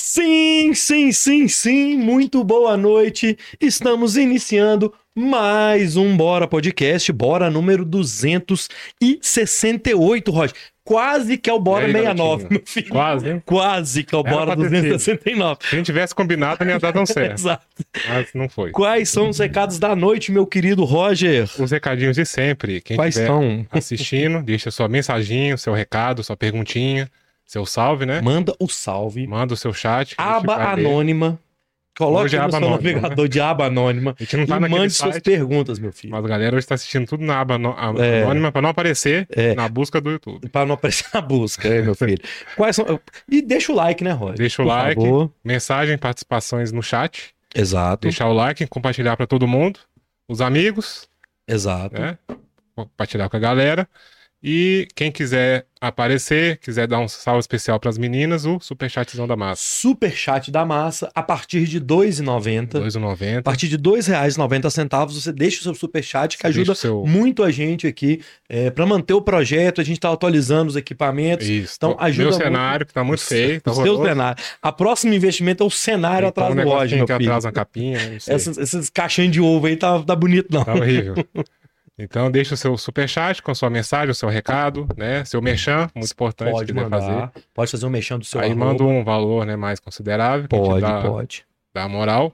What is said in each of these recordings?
Sim, sim, sim, sim, muito boa noite. Estamos iniciando mais um Bora Podcast, Bora número 268, Roger. Quase que é o Bora E aí, 69, garotinho? meu filho. Quase, hein? Quase que é o Era Bora pra ter sido. É. 269. Se a gente tivesse combinado, não ia dar tão certo. Exato. Mas não foi. Quais são os recados da noite, meu querido Roger? Os recadinhos de sempre. Quem né? Quais estiver são? assistindo, deixa sua mensaginha, seu recado, sua perguntinha, seu salve, né? Manda o salve. Manda o seu chat. que a gente Aba vai ler. anônima. Coloque Hoje é no aba seu anônima, navegador de aba anônima A gente não tá e naquele mande site, suas perguntas, meu filho. mas a galera hoje tá assistindo tudo na aba ano- a- É. anônima pra não aparecer É. na busca do YouTube. Pra não aparecer na busca, é, meu filho. Quais são... E deixa o like, né, Roger? Deixa o Por like. favor. Mensagem, participações no chat. Exato, Deixar o like, compartilhar pra todo mundo. Os amigos, exato. né? Compartilhar com a galera. E quem quiser aparecer, quiser dar um salve especial pras meninas, o superchatzão da massa. Super chat da massa, a partir de R$ 2,90. A 2,90. partir de R$ 2,90 você deixa o seu superchat que ajuda Deixa o seu... muito a gente aqui é, para manter o projeto. A gente tá atualizando os equipamentos. Isso. Então, ajuda Meu muito. cenário, que tá muito feio. Tá os seus horroroso. cenários. A próxima investimento é o cenário Tem atrás um do negocinho Roger, meu que filho. atrasa a capinha, não sei. Essas, esses caixinhos de ovo aí tá, tá bonito, não. Tá horrível. Então, deixa o seu superchat com a sua mensagem, o seu recado, né? Seu merchan, muito importante pode de né, mandar. fazer. Pode fazer um mexão do seu Aí arroba. manda um valor né, mais considerável, que a gente Pode, dá, pode. dá moral.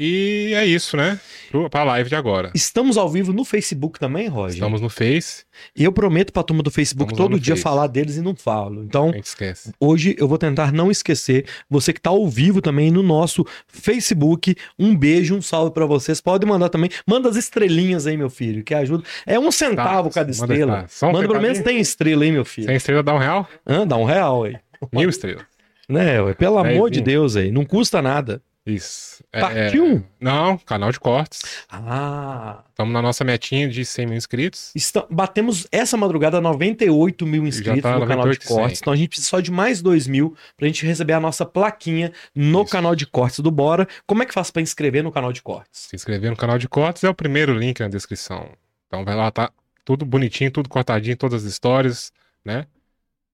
E é isso, né? Pro, pra live de agora. Estamos ao vivo no Facebook também, Roger. Estamos no Face, E eu prometo pra turma do Facebook Estamos lá todo no dia Face. falar deles e não falo. a Então, gente esquece. hoje eu vou tentar não esquecer. Você que tá ao vivo também no nosso Facebook, um beijo, um salve pra vocês. Pode mandar também. Manda as estrelinhas aí, meu filho, que ajuda. É um centavo cada manda- estrela. tá, só um Manda pelo menos recadinho. tem estrela aí, meu filho. Sem estrela dá um real? Ah, dá um real aí. Mil estrelas. Né, ué? pelo amor de Dezinho. Deus aí. Não custa nada. Isso. É, Partiu? Não, canal de cortes. Ah. Estamos na nossa metinha de 100 mil inscritos. Está- batemos essa madrugada 98 mil inscritos tá no canal de 98 e cem. cortes. Então a gente precisa só de mais 2 mil pra gente receber a nossa plaquinha no Isso. canal de cortes do Bora. Como é que faz pra inscrever no canal de cortes? Se inscrever no canal de cortes é o primeiro link na descrição. Então vai lá, tá tudo bonitinho, tudo cortadinho, todas as histórias, né?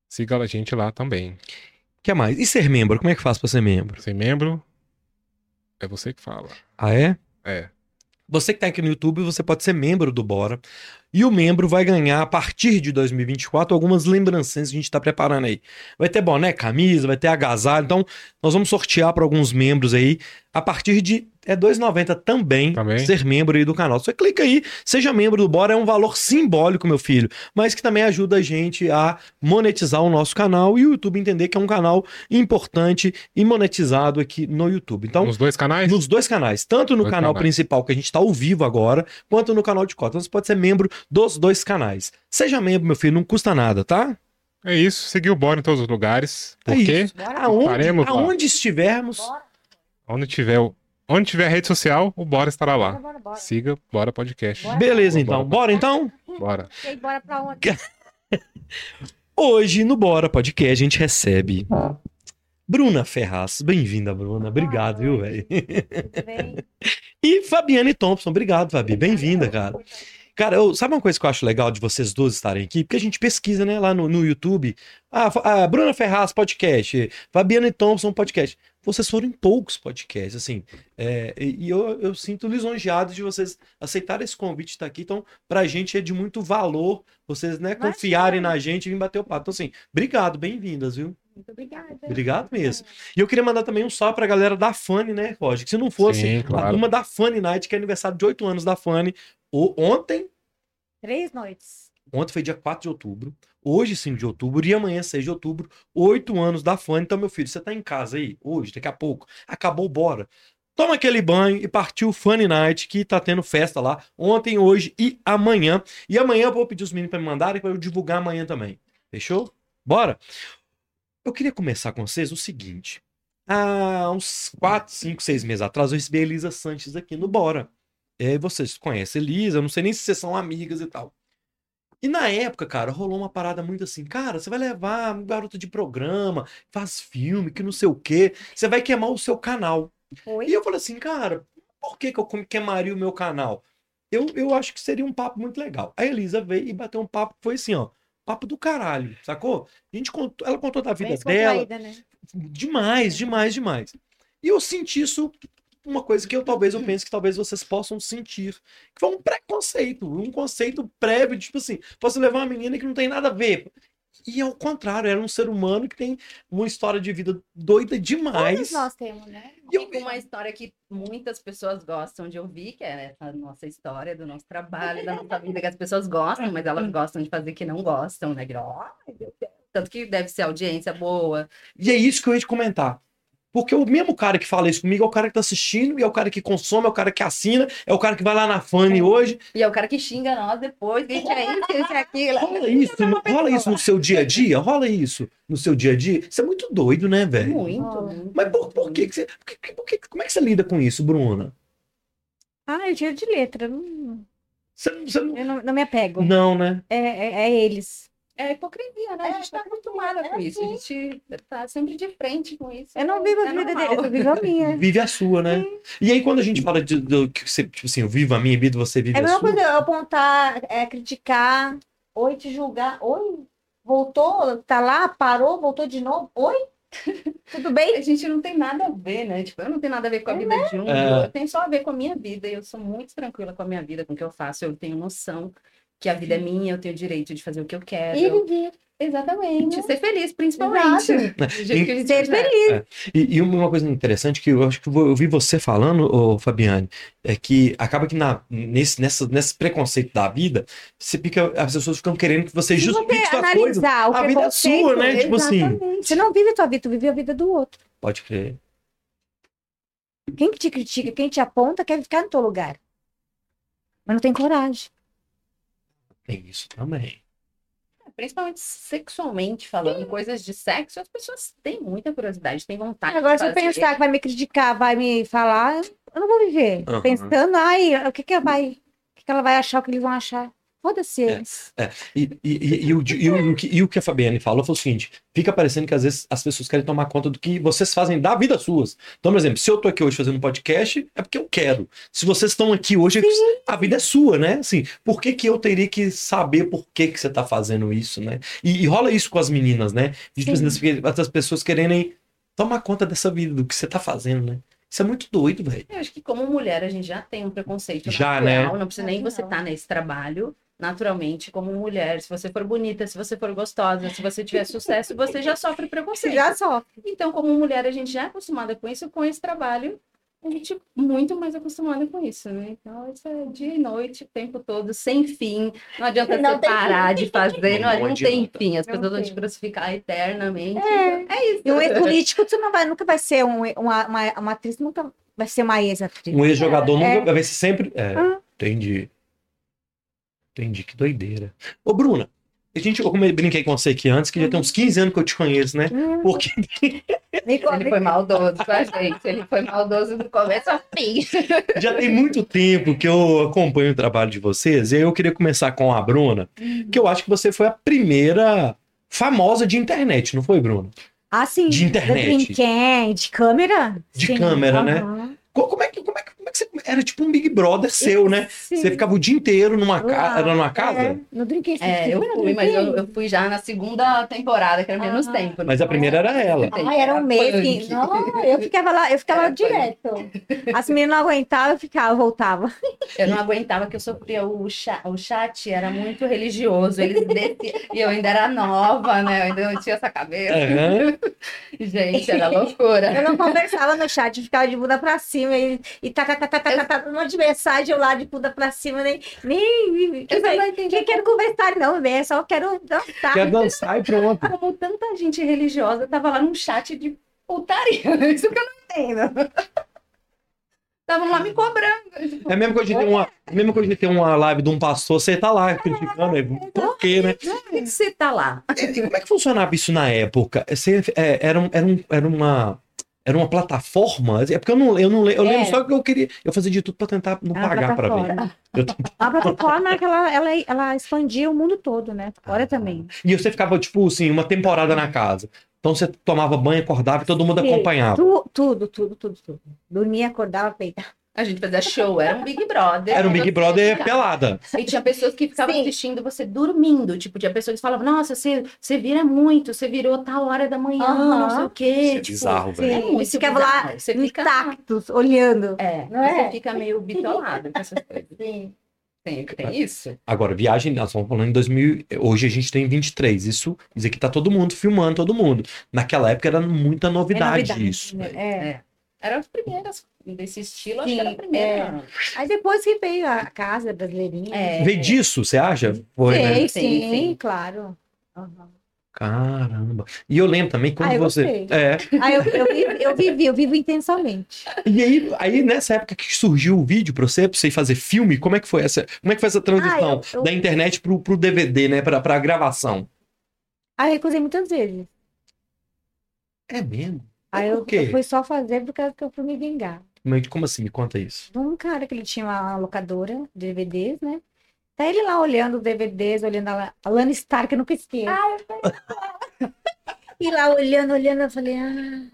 Siga a gente lá também. O que mais? E ser membro? Como é que faz pra ser membro? Pra ser membro, é você que fala. Ah, é? É. Você que tá aqui no YouTube, você pode ser membro do Bora. E o membro vai ganhar, a partir de 2024, algumas lembrancinhas que a gente tá preparando aí. Vai ter boné, camisa, vai ter agasalho. Então, nós vamos sortear para alguns membros aí. A partir de. É 2,90 também, Também. ser membro aí do canal. Você clica aí, seja membro do Bora, é um valor simbólico, meu filho, mas que também ajuda a gente a monetizar o nosso canal e o YouTube entender que é um canal importante e monetizado aqui no YouTube. Então, Nos dois canais? nos dois canais, tanto no Dois canal canais. principal que a gente está ao vivo agora, quanto no canal de cota. Então você pode ser membro dos dois canais. Seja membro, meu filho, não custa nada, tá? É isso. Seguir o Bora em todos os lugares. É Porque isso. Aonde, Faremos lá. aonde estivermos, onde tiver o- Onde tiver rede social, o Bora estará lá. Bora, bora, bora. Siga Bora Podcast. Bora. beleza então. Bora então? Bora. E aí, bora pra onde? Hoje no Bora Podcast a gente recebe Bruna Ferraz. Bem-vinda, Bruna. Obrigado, viu, velho? Tudo bem? E Fabiane Thompson. Obrigado, Fabi. Bem-vinda, cara. Cara, eu- sabe uma coisa que eu acho legal de vocês duas estarem aqui? Porque a gente pesquisa, né, lá no, no YouTube. Ah, Fa- ah, Bruna Ferraz, podcast. Fabiana Thompson, podcast. Vocês foram em poucos podcasts, assim. é, e e eu, eu sinto lisonjeado de vocês aceitarem esse convite de estar aqui. Então, pra gente é de muito valor vocês, né, confiarem na gente e vir bater o papo. Então, assim, obrigado, bem-vindas, viu? Muito obrigada. Obrigado mesmo. E eu queria mandar também um salve pra galera da Fanny, né, Roger? Que se não fosse Sim, a claro. turma da Funny Night, que é aniversário de 8 anos da Funny. O- ontem, Três noites. ontem foi dia 4 de outubro, hoje 5 de outubro e amanhã 6 de outubro, 8 anos da Funny. Então, meu filho, você tá em casa aí, hoje, daqui a pouco, acabou, bora. Toma aquele banho e partiu Funny Night, que tá tendo festa lá, ontem, hoje e amanhã. E amanhã eu vou pedir os meninos pra me mandarem pra eu divulgar amanhã também. Fechou? Bora? Eu queria começar com vocês o seguinte. Há uns 4, 5, 6 meses atrás, eu recebi a Elisa Sanches aqui no Bora. É, vocês conhecem a Elisa, eu não sei nem se vocês são amigas e tal. E na época, cara, rolou uma parada muito assim, cara, você vai levar um garoto de programa, faz filme, que não sei o quê, você vai queimar o seu canal. Foi? E eu falei assim, cara, por que, que eu com- queimaria o meu canal? Eu, eu acho que seria um papo muito legal. A Elisa veio e bateu um papo que foi assim, ó, papo do caralho, sacou? A gente contou, ela contou da vida Bem dela, descontraída, né? Demais, demais, demais. E eu senti isso, uma coisa que eu talvez eu penso que talvez vocês possam sentir, que foi um preconceito, um conceito prévio, tipo assim, posso levar uma menina que não tem nada a ver. E ao contrário, era um ser humano que tem uma história de vida doida demais. Todos nós temos, né? E E com uma história que muitas pessoas gostam de ouvir, que é a nossa história, do nosso trabalho, da nossa vida, que as pessoas gostam, mas elas gostam de fazer que não gostam, né? Que, "Ai, meu Deus." Tanto que deve ser audiência boa. E é isso que eu ia te comentar. Porque o mesmo cara que fala isso comigo é o cara que tá assistindo, e é o cara que consome, é o cara que assina, é o cara que vai lá na Fanny hoje. E é o cara que xinga nós depois, que a gente é isso, isso é aquilo. Rola isso, é no- rola isso no seu dia a dia? Rola isso no seu dia a dia? Isso é muito doido, né, velho? Muito, muito. Mas por, por que que você. por que- por que- como é que você lida com isso, Bruna? Ah, eu tiro de letra. eu Não, Você, não- você não. eu não, não me apego. Não, né? É, é- é eles. É hipocrisia, né? A É, gente tá acostumada com isso. A gente tá sempre de frente com isso. Eu não tá vivo a É vida normal. deles, eu vivo a minha. Vive a sua, né? E aí, quando a gente fala de, do que você, tipo assim, eu vivo a minha vida, você vive É a a mesma sua. coisa eu apontar, é, criticar, oi, te julgar, oi, voltou, tá lá, parou, voltou de novo, oi, tudo bem? A gente não tem nada a ver, né? Tipo, eu não tenho nada a ver com a É, vida de um, É. eu tenho só a ver com a minha vida. Eu sou muito tranquila com a minha vida, com o que eu faço. Eu tenho noção que a vida é minha, eu tenho o direito de fazer o que eu É, quero. E viver, Exatamente. Ser feliz, principalmente. Do jeito que a gente né? ser quiser. feliz. E, e uma coisa interessante que eu acho que eu vi você falando, ô, Fabiane, é que acaba que na, nesse, nessa, nesse preconceito da vida, você fica, as pessoas ficam querendo que você Se você justifique sua coisa. analisar o a vida é preconceito, sua, né? Tipo assim. exatamente. Você não vive a tua vida, tu vive a vida do outro. Pode crer. Quem que te critica, quem te aponta, quer ficar no teu lugar. Mas não tem coragem. Tem isso também. Principalmente sexualmente falando, coisas de sexo, as pessoas têm muita curiosidade, têm Tá, vontade Agora, de se eu fazer. pensar que vai me criticar, vai me falar, eu não vou viver. Aham. Pensando, ai, o que que ela vai, o que que ela vai achar, o que eles vão achar. Foda-se Então, É. eles. E, e, e, e o, e o- e o que, e o que a Fabiane falou foi o seguinte: fica parecendo que às vezes as pessoas querem tomar conta do que vocês fazem da vida suas. Então, por exemplo, se eu tô aqui hoje fazendo um podcast, é porque eu quero. Se vocês estão aqui hoje, é que a vida é sua, né? Assim, por que, que eu teria que saber por que, que você tá fazendo isso, né? E, e rola isso com as meninas, né? De, tipo, Sim. assim, as- as pessoas quererem tomar conta dessa vida, do que você tá fazendo, né? Isso é muito doido, velho. Eu acho que como mulher a gente já tem um preconceito Já, né? natural, não precisa nem Natural. você estar nesse trabalho. Naturalmente, como mulher, se você for bonita, se você for gostosa, se você tiver sucesso, você já sofre Você preconceito. já sofre. Então, como mulher, a gente já é acostumada com isso, com esse trabalho, a gente é muito mais acostumada com isso, né? Então, isso é dia e noite, o tempo todo, sem fim. Não adianta Não você tem parar de fazer, não, Não não adianta. tem fim. As Não pessoas vão tem. te crucificar eternamente. É. Então, é isso. E um ex-político, tu não vai, nunca vai ser um- uma, uma, uma atriz, nunca vai ser uma ex-atriz. Um ex-jogador É. nunca vai ser sempre. É, Ah. entendi. Entendi, que doideira. Ô, Bruna, a gente, eu come- brinquei com você aqui antes, que já tem uns 15 anos que eu te conheço, né? Hum, Porque me co- Ele foi maldoso com a gente. Ele foi maldoso do começo ao fim. já tem muito tempo que eu acompanho o trabalho de vocês, e aí eu queria começar com a Bruna, que eu acho que você foi a primeira famosa de internet, não foi, Bruna? Ah, sim. De internet. Brinquedo, de câmera. De câmera, né? aham. Co- Como é que, como é que, como é que você. Era tipo um Big Brother seu, né? Sim. Você ficava o dia inteiro numa Lá, casa. Era numa casa? É, no Brinquedo. É, eu fui, mas eu, eu fui já na segunda temporada, que era menos Ah. tempo. né? Mas a primeira era ela. Ah, era um mês que... Punk. É, Não, eu ficava lá, eu ficava Era direto. As meninas não aguentavam, eu ficava, eu voltava. Eu não aguentava que eu sofria. O, cha- o chat era muito religioso. Eles desciam. E eu ainda era nova, né? Eu ainda não tinha essa cabeça. É. É. Aham. Gente, era loucura. Eu não conversava no chat, eu ficava de bunda pra cima e, e tá, tá, tá, tá, tá, tá, um monte de mensagem eu lá de bunda pra cima, nem. nem, nem Eu que só vai- não que entendi quero conversar, não, né? Só quero dançar. Quer dançar e pronto. é? como tanta gente religiosa tava lá num chat de putaria. Isso que eu não entendo. Estavam lá me cobrando. tipo, É a mesma coisa de ter uma, a mesma coisa de ter uma live de um pastor, você tá lá criticando, é, por quê, né? Por que que você tá lá? E como é que funcionava isso na época? Você, é, era, um- era, um- era uma era uma plataforma? É porque eu não, eu não le- eu É. lembro só que eu queria, eu fazia de tudo pra tentar não A pagar pra ver. plataforma. Eu tô- A plataforma, é que ela, ela, ela expandia o mundo todo, né? Ah, Fora também. E você ficava tipo assim, uma temporada na casa. Então você tomava banho, acordava e todo mundo Sim. acompanhava. Tu- tudo, tudo, tudo, tudo. Dormia, acordava, peitava. A gente fazia show, era um Big Brother. Era um Big Você Brother ficava- pelada. E tinha pessoas que ficavam Sim. assistindo você dormindo. Tipo, tinha pessoas que falavam, nossa, você, você vira muito, você virou tal hora da manhã, Aham. não sei o quê. Isso é tipo, bizarro, é velho. muito Você ficava lá bizarro. Você fica... Intactos, olhando. É, Não é? você fica meio bitolado com essas coisas. Sim. Tem, tem isso. Agora, viagem, nós estamos falando em 2000. Hoje a gente tem 23. Isso, isso aqui tá todo mundo filmando, todo mundo. Naquela época era muita É novidade, novidade, isso. né? né? velho. É. Eram as primeiras desse estilo, acho Sim, que era a primeira. Aí depois que veio a casa brasileirinha. É. Veio disso, você acha? Foi, né? Sim, sim, Sim, sim. claro. Aham. Caramba. E eu lembro também quando Ah, eu você. gostei. É. Aí eu, eu, vivi, eu vivi, eu vivo intensamente. E aí, aí, nessa época que surgiu o vídeo pra você, pra você fazer filme, como é que foi essa, como é que foi essa transição Ah, eu- eu- da internet pro, pro DVD, né? Pra, pra gravação? Aí eu recusei muitas vezes. É mesmo? Aí eu, Por quê? eu fui só fazer por causa que eu fui me vingar. Mas como assim? Me conta isso. de um cara que ele tinha uma locadora de DVDs, né? Tá ele lá olhando os DVDs, olhando a La- a Lana Stark, Ah, eu nunca esqueço. e lá olhando, olhando, eu falei, ah.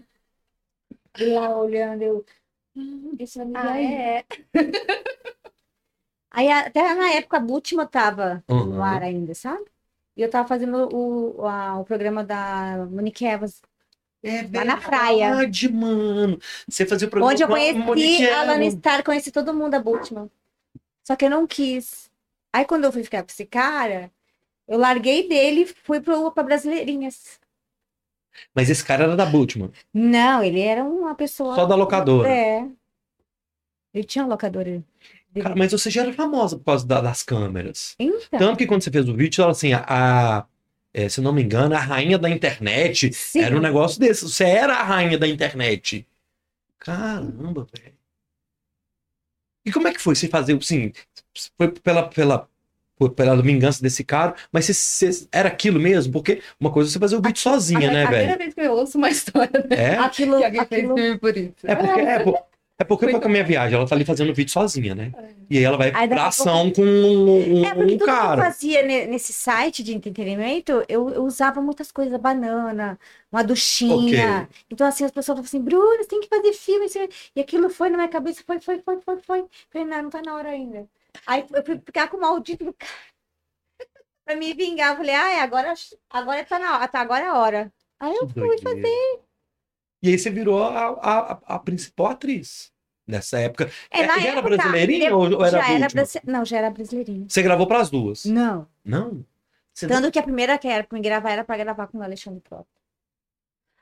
E lá olhando, eu. "Ah, Deixa eu ver aí. é. Aí até na época a Bútima tava Uhum. no ar ainda, sabe? E eu tava fazendo o, a- o programa da Monique Evans, É Lá na praia. verdade, mano. Você fazia o programa onde eu com a um Monique conheci a Lana Evans. Stark, conheci todo mundo da Bútima. Só que eu não quis. Aí quando eu fui ficar com esse cara, eu larguei dele e fui pro, pra Brasileirinhas. Mas esse cara era da Bultman. Não, ele era uma pessoa. Só da locadora. É. Ele tinha um locador. Ele- Cara, mas você já era famosa por causa da- das câmeras. É. Então, Tanto que quando você fez o vídeo, ela assim, a. a- é, se não me engano, a rainha da internet. sim. Era um negócio desse. Você era a rainha da internet. Caramba, velho. E como é que foi você fazer, assim, foi pela, pela, foi pela vingança desse cara, mas você, você- era aquilo mesmo? Porque uma coisa é você fazer o vídeo sozinha, a, né, a velho? primeira vez que eu ouço uma história né, É? Aquilo, que alguém fez aquilo filme por isso. É porque, é, por- é porque foi com a minha viagem. Ela tá ali fazendo vídeo sozinha, né? E aí ela vai É. Aí daqui pra a ação com um, um- É, porque um tudo que eu cara. fazia ne- nesse site de entretenimento, eu, eu usava muitas coisas, banana, uma duchinha. Então, assim, as pessoas falavam assim, Bruno, você tem que fazer filme. você- E aquilo foi na minha cabeça, foi, foi, foi, foi, foi. Falei, não, não tá na hora ainda. Aí eu fui ficar com o maldito do cara pra me vingar. Eu falei, ah, é, agora, agora tá na hora, tá, agora é a hora. Aí eu Que fui doideira. E aí você virou a, a- a- a principal atriz nessa época. É, na já era época, brasileirinha ou, ou era já era Bultmann? brasi- Hum. Não, já era brasileirinho. Você gravou pras duas? Não. Não? Você Tanto que a primeira que era pra me gravar era pra gravar com o Alexandre Prota.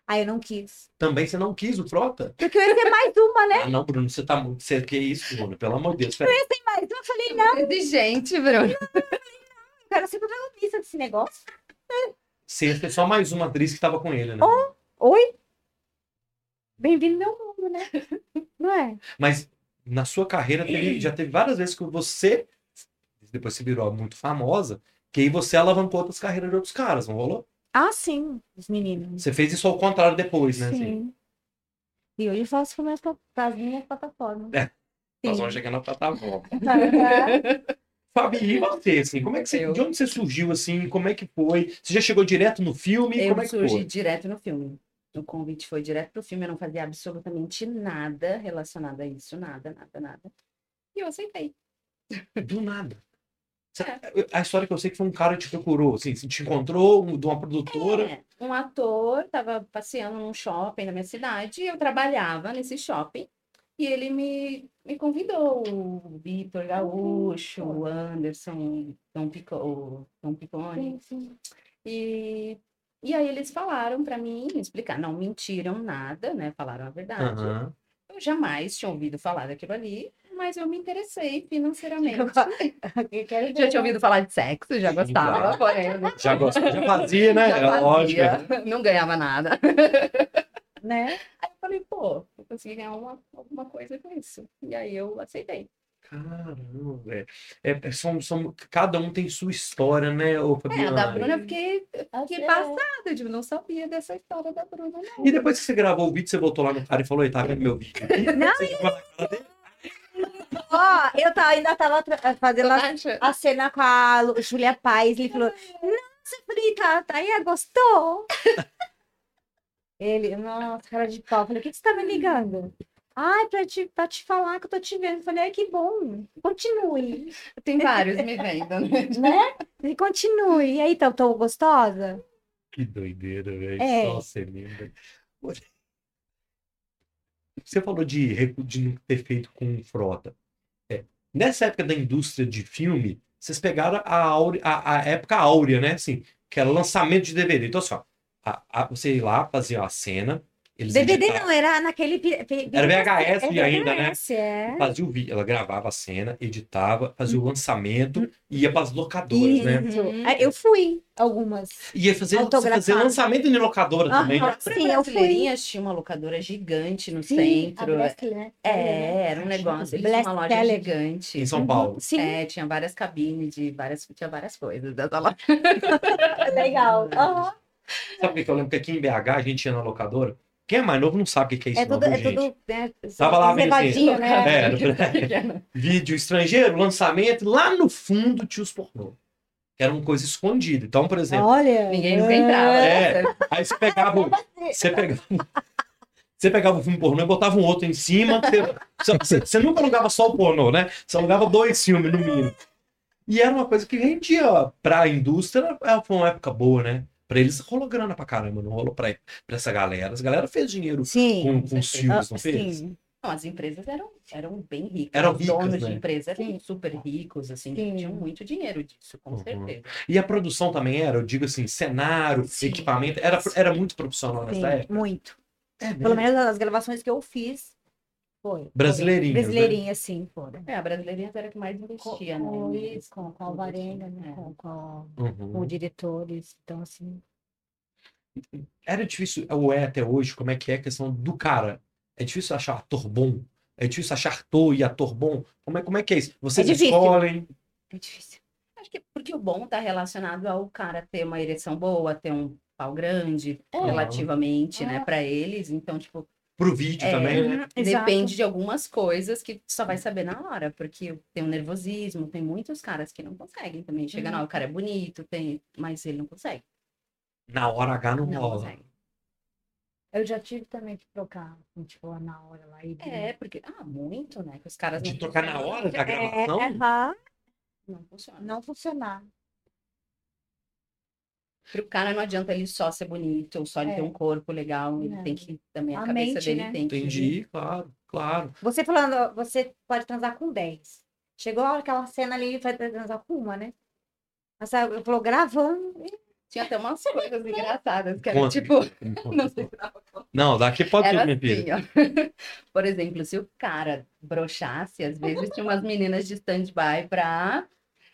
Aí eu não quis. Também você não quis o Frota? Porque eu ia ter mais uma, né? Ah, não, Bruno, você tá muito. Você que isso, Bruno? Pelo amor de Deus. pera- Mas eu falei, É Exigente, Bruno. eu quero ser protagonista desse negócio. Você ia ter só mais uma atriz que tava com ele, né? Oi? Bem-vindo ao meu mundo, né? Não é? Mas na sua carreira teve- já teve várias vezes que você. Depois você virou muito famosa. Que aí você alavancou outras carreiras de outros caras, não rolou? Ah, sim, os meninos. Você fez isso ao contrário depois, né? assim? Sim. E hoje eu faço para minhas, pla- pras minhas plataformas. É. Nós Sim. vamos chegar na plataforma. Tá, tá. Fabi, e você, assim, como é que você. Eu. De onde você surgiu, assim? Como é que foi? Você já chegou direto no filme? Eu como é que surgi foi? direto no filme. O convite foi direto pro filme, eu não fazia absolutamente nada relacionado a isso, nada, nada, nada. E eu aceitei. Do nada. Você- É. A história que eu sei que foi um cara que te procurou, assim, se te encontrou um- de uma produtora. É, um ator estava passeando num shopping na minha cidade, e eu trabalhava nesse shopping, e ele me, me convidou, o Vitor Gaúcho, o Anderson, Dom Pico, o Dom Picone, tá, Sim, sim. e, e aí eles falaram para mim, explicar, não mentiram nada, né, falaram a verdade. Aham. Eu jamais tinha ouvido falar daquilo ali, mas eu me interessei financeiramente. Eu quero Já ver. tinha ouvido falar de sexo, já gostava, Claro. porém eu não- Já gostava, já fazia, né? já É Lógico. fazia, não ganhava nada. Né? Eu falei, pô, eu consegui ganhar uma, alguma coisa com isso. E aí eu aceitei. Caramba, velho. É, é, são, são, cada um tem sua história, né, ô É, a Fabiana? da Bruna eu fiquei, Achei. fiquei passada, tipo, não sabia dessa história da Bruna, não. E depois que você gravou o vídeo, você voltou lá no cara e falou: Ei, tá vendo meu vídeo? aqui?" Não, Você ficou "Ah, na cara dele? Ó, eu tava, ainda tava tra- fazendo a Acha? a cena com a Lu- Julia Paz, ele falou, nossa, Frita, tá aí, gostou? ele, nossa, cara de pau, eu falei, o que, que você tá me ligando? Ai, pra te, pra te falar que eu tô te vendo. Eu falei, ai, que bom. Continue, Tem vários me vendo, né? né? E continue. E aí, tô, tô gostosa? Que doideira, velho. É. Só você lembra. Olha. Você falou de, recu- de não ter feito com frota. É. Nessa época da indústria de filme, vocês pegaram a, áure- a- a época áurea, né? Assim, que era lançamento de DVD. Então, assim, ó, a- a- você ia lá, fazia a cena. Eles DVD editavam, não, era naquele... pi- pi- Era VHS É ainda, né? VHS, é. Fazia o vídeo. Ela gravava a cena, editava, fazia o lançamento e ia para as locadoras, Uhum. Isso. né? É, Eu fui algumas. E ia fazer, você fazia Autografado. lançamento em locadora Aham. também. né? Pra Sim, eu fui. Brasileirinhas tinha uma locadora gigante no a centro. Braskem, né? É, era um negócio. Eles tinham uma loja Blast Teller. gigante. Em São Paulo. Sim, É, tinha várias cabines de várias, tinha várias coisas né? dessa loja. É. legal. Aham. Uhum. Sabe o que que eu lembro? que aqui em BH a gente ia na locadora. Quem é mais novo não sabe o que que é isso, É não, tudo, viu, é gente? tudo, né? Tava lá, Virgínia. reservadinho, né? É, né? Vídeo estrangeiro, lançamento, lá no fundo tinha os pornô. Que era uma coisa escondida. Então, por exemplo, Olha. Ninguém nunca entrava. É. né? aí você pegava. o- Você pegava. um- Você pegava o filme pornô e botava um outro em cima. Você, você- você nunca alugava só o pornô, né? Você alugava dois filmes, no mínimo. E era uma coisa que rendia pra indústria. era- Foi uma época boa, né? Pra eles rolou grana pra caramba. Não rolou pra, pra essa galera. Essa galera fez dinheiro Sim. com, com os filmes, não Ah, fez? sim. Não, as empresas eram, eram bem ricas. Eram os ricas, donos né? de empresa eram Sim. super ricos, assim, Sim. tinham muito dinheiro disso, com Uhum. certeza. E a produção também era, eu digo assim, cenário, Sim. equipamento, era, era muito profissional nessa Sim, época. muito. É Pelo mesmo. menos as bravações que eu fiz foi. Brasileirinhas, né? Brasileirinha, sim, foram. É, a brasileirinha era a que mais investia, né? é. Com em- eles, com, com a Varenga, né? Com, com, com Uhum. diretores. Então, assim. Era difícil, ou é até hoje, como é que é a questão do cara? É difícil achar ator bom? É difícil achar ator e ator bom? Como é, como é que é isso? Vocês É difícil. escolhem. É difícil. Acho que porque o bom tá relacionado ao cara ter uma ereção boa, ter um pau grande, Uhum. É. relativamente, né, Ah. pra eles. Então, tipo, Pro vídeo É. também, né? uhum, Exato. depende de algumas coisas que só vai saber na hora, porque tem um nervosismo, tem muitos caras que não conseguem também. Chega Hum. na hora, o cara é bonito, tem, mas ele não consegue. Na hora H não, Não rola. consegue. Eu já tive também que trocar, assim, tipo, na hora lá. E... É, porque, ah, muito, né? Que os caras De não tocar na conseguem, hora tá? da É, gravação? aham, Não funciona. não funcionar. Pro cara não adianta ele só ser bonito, ou só ele É. ter um corpo legal, ele Não. tem que também a, A cabeça mente, dele né? tem que Entendi, claro, claro. Você falando, você pode transar com 10. Chegou a hora, aquela cena ali, vai transar com uma, né? Mas sabe, eu falou gravando. Tinha até umas coisas engraçadas, que era Conta. tipo, não sei se dá pra contar. Não, daqui pode Era tudo, é minha filha. assim, ó. Por exemplo, se o cara broxasse, às vezes tinha umas meninas de stand-by pra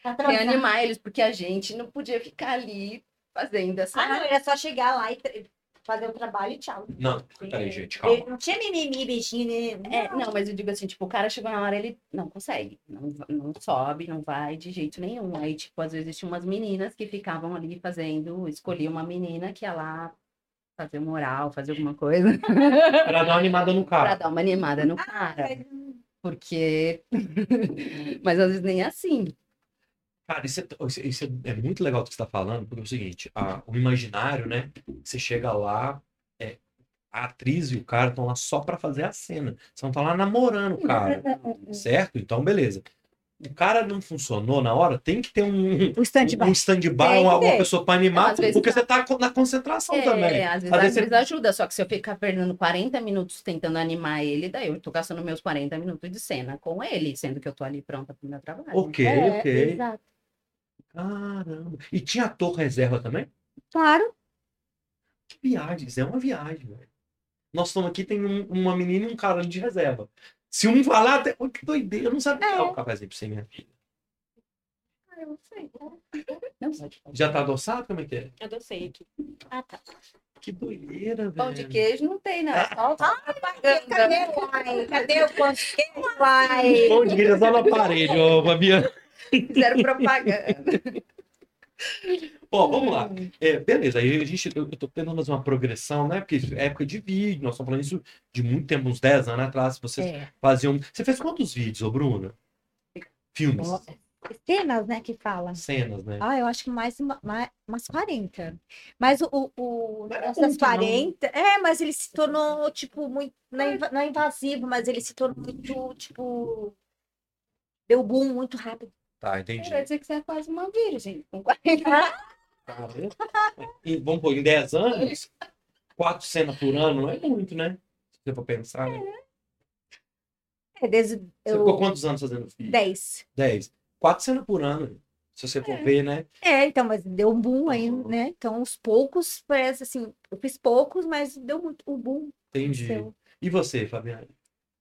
Pra transar. reanimar eles, porque a gente não podia ficar ali fazendo essa. Ah, não, era só chegar lá e tra- fazer o trabalho e tchau. É. Não, assim. peraí, gente, calma. Não tinha mimimi, beijinho, né? É, não, mas eu digo assim, tipo, o cara chegou na hora, ele não consegue, não, va- não sobe, não vai de jeito nenhum. Aí, tipo, às vezes tinha umas meninas que ficavam ali fazendo, escolhi uma menina que ia lá fazer um oral, fazer alguma coisa, Pra dar uma animada no pra cara. dar uma animada no É. cara, porque... mas às vezes nem é assim. Cara, isso é, isso é- isso é- é muito legal o que você está falando, porque é o seguinte, a- o imaginário, né? Você chega lá, é, a atriz e o cara estão lá só para fazer a cena. Você não tá lá namorando o cara, certo? Então, beleza. O cara não funcionou na hora, tem que ter um, O um stand-by, Tem uma, que uma ter. pessoa para animar, Não, às vezes porque não. você tá co- na concentração É, também. às vezes, Às às vezes vezes ajuda, só que se eu ficar perdendo 40 minutos tentando animar ele, daí eu tô gastando meus 40 minutos de cena com ele, sendo que eu tô ali pronta pro meu trabalho. Ok, É, ok. exato. Caramba. E tinha ator reserva também? Claro. Que viagens, é uma viagem, velho. Nós estamos aqui, tem um- uma menina e um cara ali de reserva. Se um falar, até... Ô, que doideira, eu não sabia É. dar o cafezinho pra você, minha filha. Ah, não sei. Não sei. Já tá adoçado? Como é que é? Eu não sei aqui. Ah, tá. Que doideira, velho. Pão de queijo não tem, não. É só Ah. Cadê propaganda. o pai? Cadê o pão de queijo, pai? Pão de queijo é só na parede, ô, Fabiana. Fizeram propaganda. Bom, vamos lá. É, beleza, aí a gente, eu, eu tô tentando fazer uma progressão, né? Porque isso é época de vídeo, nós estamos falando isso de muito tempo, uns 10 anos atrás. Vocês É. é. faziam... Você fez quantos vídeos, ô, Bruna? Filmes. cenas, né, que fala. Cenas, né? Ah, eu acho que mais uma- mais- umas 40. Mas o, o, o Não era essas muito, não. 40. É, mas ele se tornou, tipo, muito. Não é inva- não é invasivo, mas ele se tornou muito, tipo. Deu boom muito rápido. Tá, entendi. Quer dizer que você é quase uma virgem. Com 40 Tá vendo? Em- Vamos pôr, em 10 anos, quatro cenas por ano não é muito, né? Se você for pensar, né? É, desde Você eu- ficou quantos anos fazendo filho? 10. 10. Quatro cenas por ano, se você for ver, né? É, então, mas deu um boom aí, Uhum. né? Então, os poucos, parece assim, eu fiz poucos, mas deu muito o boom. Entendi. Seu. E você, Fabiana?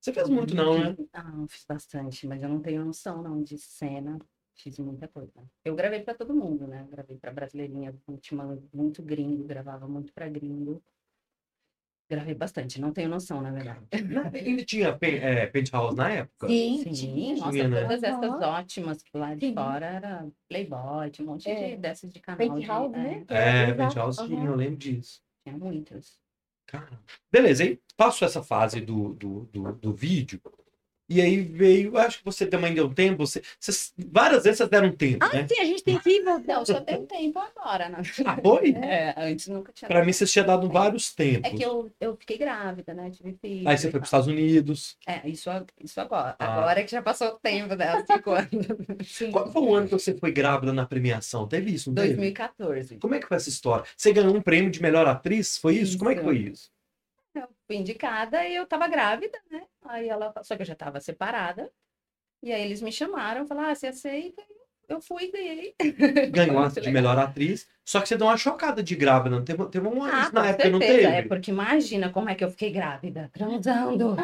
Você fez muito, não, né? Ah, eu fiz bastante, mas eu não tenho noção não de cena. Fiz muita coisa. Eu gravei pra todo mundo, né? Gravei pra brasileirinha, tinha muito gringo, gravava muito pra gringo. Gravei bastante, não tenho noção, na verdade. Na- Ainda tinha pen- é, penthouse na época? Sim, Sim, nossa, né? todas essas Aham. ótimas que lá de Sim. fora era Playboy, tinha um monte É. de dessas de canal. de- Penthouse, é, né? É, Exato. penthouse Aham. tinha, eu lembro disso. Tinha muitas. Cara. Beleza, aí passou essa fase do, do, do, do vídeo. E aí veio, acho que você também deu um tempo. Você, vocês- várias vezes vocês deram tempo, né? Ah, Sim, a gente tem que voltar. Não, só tem um tempo agora, né? Ah, foi? É, antes nunca tinha. Pra mim, vocês tinham dado vários tempos. É que eu, eu fiquei grávida, né? Tive filho. Aí você e foi para tal. os Estados Unidos. É, isso, a- isso agora. Ah. Agora que já passou o tempo dela, cinco anos. Sim. Qual foi o ano que você foi grávida na premiação? Teve isso, não teve? 2014. Como é que foi essa história? Você ganhou um prêmio de melhor atriz? Foi isso? Como é que foi isso? Eu fui indicada e eu tava grávida, né? Aí ela, só que eu já tava separada. E aí eles me chamaram, falaram, ah, você aceita? Eu fui e ganhei. Ganhou a Muito de legal. melhor atriz. Só que você deu uma chocada de grávida. Não teve, teve uma Ah, isso na com época, não certeza. É teve? porque imagina como é que eu fiquei grávida, transando.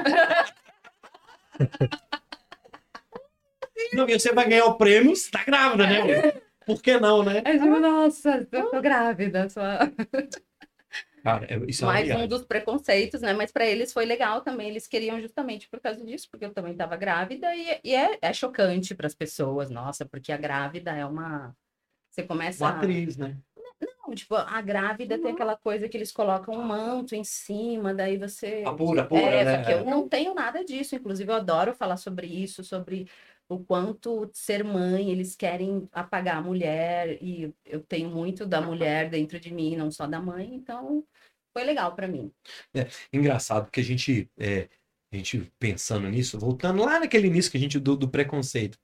Não, e você vai ganhar o prêmio, você tá grávida, né? ué? Por que não, né? Aí eu digo, nossa, eu tô grávida. Só... Cara, é- isso é uma Mais um viagem. dos preconceitos, né? Mas para eles foi legal também. Eles queriam justamente por causa disso, porque eu também estava grávida e, e é, é chocante para as pessoas, nossa, porque a grávida é uma. Você começa. Uma A... atriz, né? Não, tipo, a grávida tem aquela coisa que eles colocam um manto em cima, daí você. Apura, apura, É, né? só que eu não tenho nada disso. Inclusive, eu adoro falar sobre isso, sobre o quanto ser mãe eles querem apagar a mulher. E eu tenho muito da mulher dentro de mim, não só da mãe. Então, foi legal para mim. Engraçado, porque a gente, é, a gente pensando nisso, voltando lá naquele início que a gente do, do preconceito.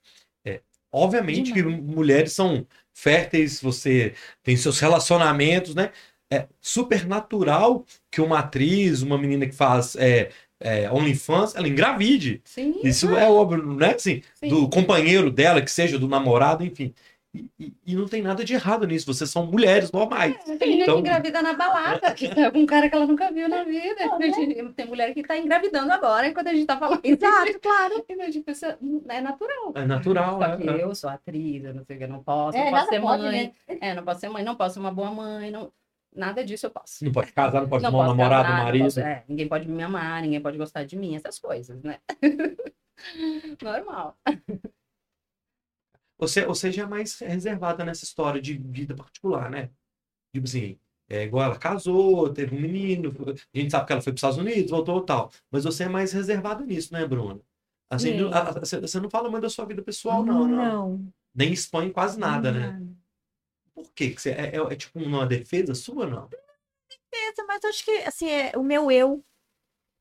É, obviamente que mulheres são férteis, você tem seus relacionamentos, né? É super natural que uma atriz, uma menina que faz é, é, OnlyFans, ela engravide. Sim. Isso é óbvio, né? Assim, Uhum. Sim. do companheiro dela, que seja, do namorado, enfim. E, e- e não tem nada de errado nisso, vocês são mulheres normais. Tem menina Então- que engravida na balada, que tá com um cara que ela nunca viu na vida. Então, né? Tem mulher que tá engravidando agora, enquanto a gente tá falando. Exato, claro. Então, tipo, isso é é natural. É natural, Só né? que eu sou atriz, eu não sei o que, eu não posso, É, não posso nada ser pode, mãe. né? É, não posso ser mãe, não posso ser uma boa mãe, não... nada disso eu posso. Não pode casar, não pode Não arrumar um posso namorado, casar, não marido. posso- é, ninguém pode me amar, ninguém pode gostar de mim, essas coisas, né? Normal. Você, você já é mais reservada nessa história de vida particular, né? Tipo assim, é igual ela casou, teve um menino, a gente sabe que ela foi para os Estados Unidos, voltou e tal. Mas você é mais reservada nisso, né, Bruna? Assim, Sim. não- a- a- você você não fala muito da sua vida pessoal, não, não. Não. Nem expõe quase nada, né? Uhum. Por quê? Que você, é, é, é tipo uma defesa sua, não? Beleza, mas acho que assim, é, o meu eu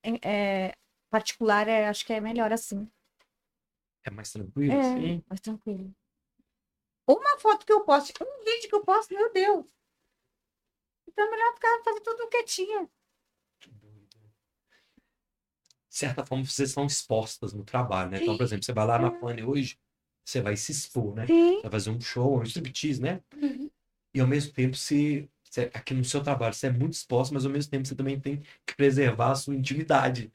em- é, particular, é, acho que é melhor assim, É mais tranquilo, É. assim? mais tranquilo. Uma foto que eu posto, um vídeo que eu posto, meu Deus. Então é melhor ficar fazer tudo quietinha. De certa forma, vocês são expostas no trabalho, né? Então, por exemplo, você vai lá na Fanny hoje, você vai se expor, né? Sim. vai fazer um show, um striptease, né? E ao mesmo tempo, se, se é- aqui no seu trabalho você é muito exposto, mas ao mesmo tempo você também tem que preservar a sua intimidade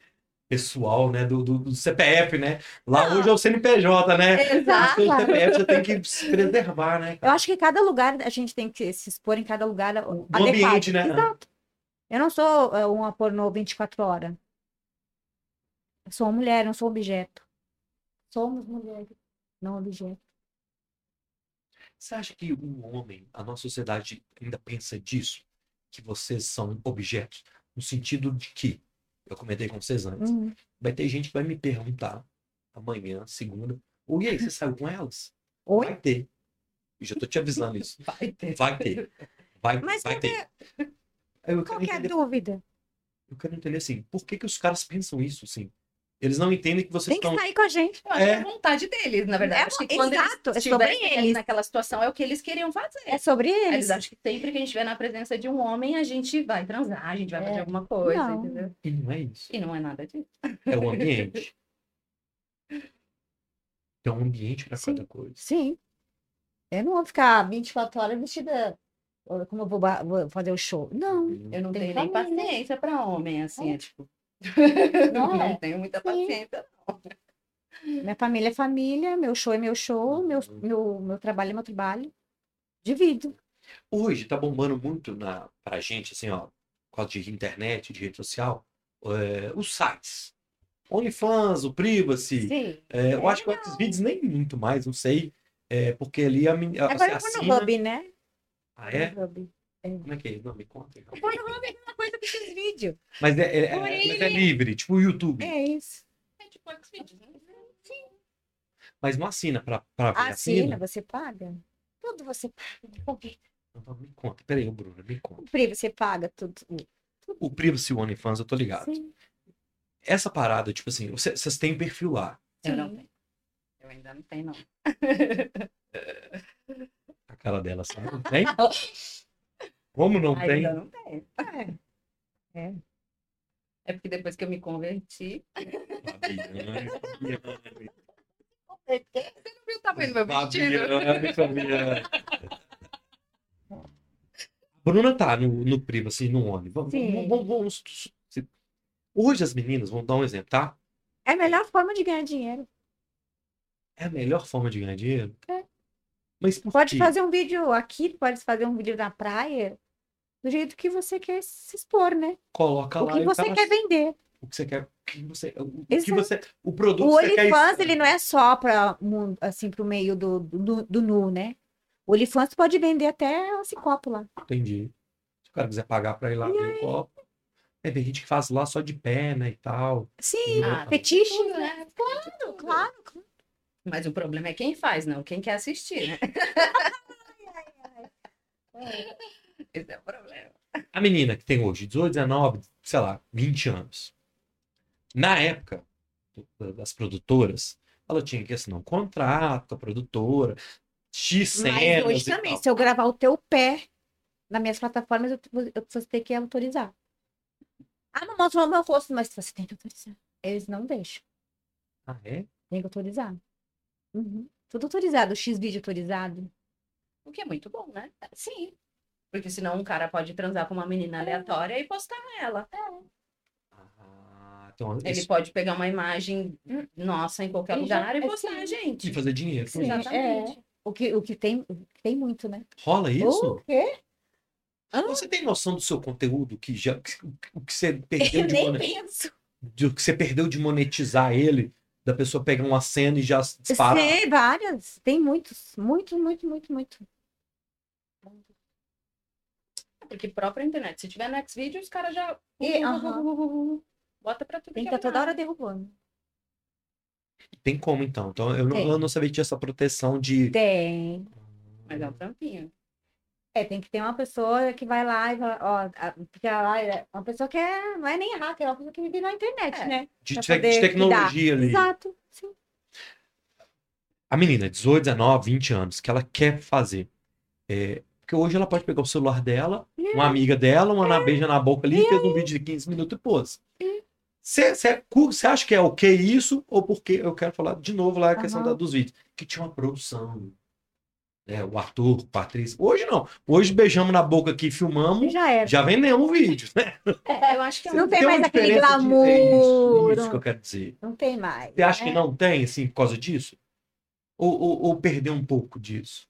pessoal, né? Do, do- do CPF, né? Lá hoje é o CNPJ, né? O É, Exato. seu CPF você tem que se preservar, né? Eu acho que cada lugar a gente tem que se expor em cada lugar No adequado. ambiente, né? Exato. Eu não sou é, uma pornô 24 horas. Eu sou uma mulher, eu não sou objeto. Somos mulheres, não objeto. Você acha que o homem, a nossa sociedade ainda pensa disso? Que vocês são objetos? No sentido de que, eu comentei com vocês antes, Uhum. vai ter gente que vai me perguntar amanhã, segunda, ou e aí, você saiu com elas? Vai ter. Eu já tô te avisando isso. Vai ter. Vai ter. Vai, Mas vai qual ter. Aí Eu quero, Qual que é a entender, dúvida? eu quero entender assim, por que, que os caras pensam isso, assim? Eles não entendem que vocês Tem que estão. sair com a gente. Eu acho que É. é vontade deles, na verdade. É, acho que quando exato, é sobre eles estivessem ali eles. naquela situação, é o que eles queriam fazer. É sobre eles. Eles acham que sempre que a gente estiver na presença de um homem, a gente vai transar, a gente vai É. fazer alguma coisa, Não. entendeu? E não é isso. E não é nada disso. É o ambiente. Tem um ambiente pra Sim. cada coisa. Sim. Eu não vou ficar 24 horas vestida. ó, Como eu vou, ba- vou fazer o show? Não. Eu não Tem tenho nem família. paciência pra homem, assim, é, tipo. Não Não, é? tenho muita Sim. paciência. Minha família é família, meu show é meu show, meu, meu, meu trabalho é meu trabalho. Divido. Hoje tá bombando muito na, pra gente, assim, ó, por causa de internet, de rede social, é, os sites. OnlyFans, o Privacy. Sim. É, eu acho que o Xvideos nem muito mais, não sei. É, porque ali a menina. Agora eu vou no Hub, né? Ah, é? No Hub. Como é que é? Não, me conta. Põe no Hub é a mesma coisa que esses vídeos. Mas é, é- é- Por aí. mas é livre, tipo o YouTube. É isso. É tipo Xvideos, né? Mas não assina pra, pra ver. Assina, você paga. Tudo você paga. Então, me conta. Peraí, ô, Bruno, me conta. O Pri, você paga tudo. O Privacy OnlyFans, eu tô ligado. Sim. Essa parada, tipo assim, você- vocês têm perfil lá. Eu Sim. não tenho. Eu ainda não tenho, não. A cara dela, sabe? Não tem? Como não tem? Ainda não tenho. É. É porque depois que eu me converti. Fabiane, Fabiane. Não viu o tá tamanho do meu vestido? Fabiane, Fabiane. Bruna tá no, no privo, assim, no ônibus. Vamos, Sim. vamos, vamos- vamos- se- Hoje as meninas, vão dar um exemplo, tá? É a melhor forma de ganhar dinheiro. É a melhor forma de ganhar dinheiro? É. Mas por Pode quê? fazer um vídeo aqui, pode fazer um vídeo na praia, do jeito que você quer se expor, né? Coloca O Tá lá que e o você cara- quer vender. O que você quer. O que você, o, que Exato. você, o produto O que você quer. OnlyFans, ele não é só para assim, pro meio do, do, do nu, né? O OnlyFans pode vender até uma copo lá. Entendi. Se o cara quiser pagar pra ir lá ver o copo. É, tem gente que faz lá só de pé, né? E tal. Sim, Ah, fetiche. Tudo, né? Claro, claro. claro. Mas o problema é quem faz, não quem quer assistir, né? Esse é o problema. A menina que tem hoje 18, 19, sei lá, 20 anos. Na época do- das produtoras, ela tinha que assinar um contrato com a produtora, X Mas cenas hoje e também, tal. se eu gravar o teu pé nas minhas plataformas, eu, eu preciso ter que autorizar. Ah, não mostra o meu rosto, mas você tem que autorizar. Eles não deixam. Ah, é? Tem que autorizar. Uhum. Tudo autorizado, o X vídeo autorizado. O que é muito bom, né? Sim. Porque senão um cara pode transar com uma menina É. aleatória e postar ela. Ah, então Ele isso pode pegar uma imagem hum, nossa em qualquer Ele já- lugar e é postar sim. a de gente. fazer dinheiro. com Sim. isso. Exatamente. O que, o que tem, o que tem muito, né? Rola isso? O quê? Ah. Você tem noção do seu conteúdo que já que- o que um você Eu perdeu de, nem mone- penso. do que você perdeu de monetizar ele, da pessoa pegar uma cena e já disparar? Sei, várias. Tem muitos. Muito, muito, muito, muito. É. Porque própria internet. Se tiver no Xvideo, os caras já. uh, E, aham. Bota pra tudo. Tem que que é estar toda hora lado. derrubando. Tem como então? Então eu não, Tem. eu não sabia que tinha essa proteção de Tem. Mas é um tampinho. É, tem que ter uma pessoa que vai lá e fala, ó, a- porque ela é uma pessoa que é, não é nem hacker, é uma pessoa que vive na internet, É. né? de, pra te- de poder tecnologia ali. Exato. Sim. A menina, 18, 19, 20 anos, que ela quer fazer. É, porque hoje ela pode pegar o celular dela, uma Uhum. amiga dela, uma na beija na boca ali, fez um vídeo de 15 minutos e pôs. Uhum. Você acha que é ok isso? Ou porque eu quero falar de novo lá a questão Aham. da- dos vídeos? Que tinha uma produção. né, o Arthur, o Patrícia. Hoje não. Hoje beijamos na boca aqui, filmamos, Já era. já vendemos o vídeo. Né? É, eu acho que é É. Não um- tem uma mais aquele diferença de- glamour, é isso, isso não- que eu quero dizer. Não tem mais. Você acha É. né? que não tem, assim, por causa disso? Ou, ou, ou perder um pouco disso?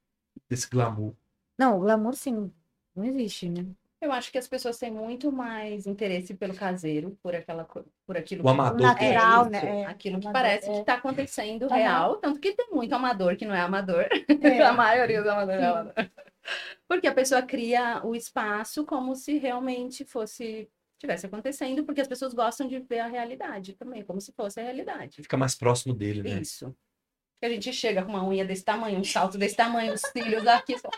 Desse glamour? Não, o glamour sim. Não existe, né? Eu acho que as pessoas têm muito mais interesse pelo caseiro, por aquela co- por aquilo O amador. natural, que é. né? É, aquilo que amador, parece é. que tá acontecendo Tá real, tanto que tem muito amador que não é amador. É. A maioria dos amadores é Sim. amador. Porque a pessoa cria o espaço como se realmente fosse tivesse acontecendo, porque as pessoas gostam de ver a realidade também, como se fosse a realidade. Fica mais próximo dele, né? Isso. Que a gente chega com uma unha desse tamanho, um salto desse tamanho, os cílios aqui. só-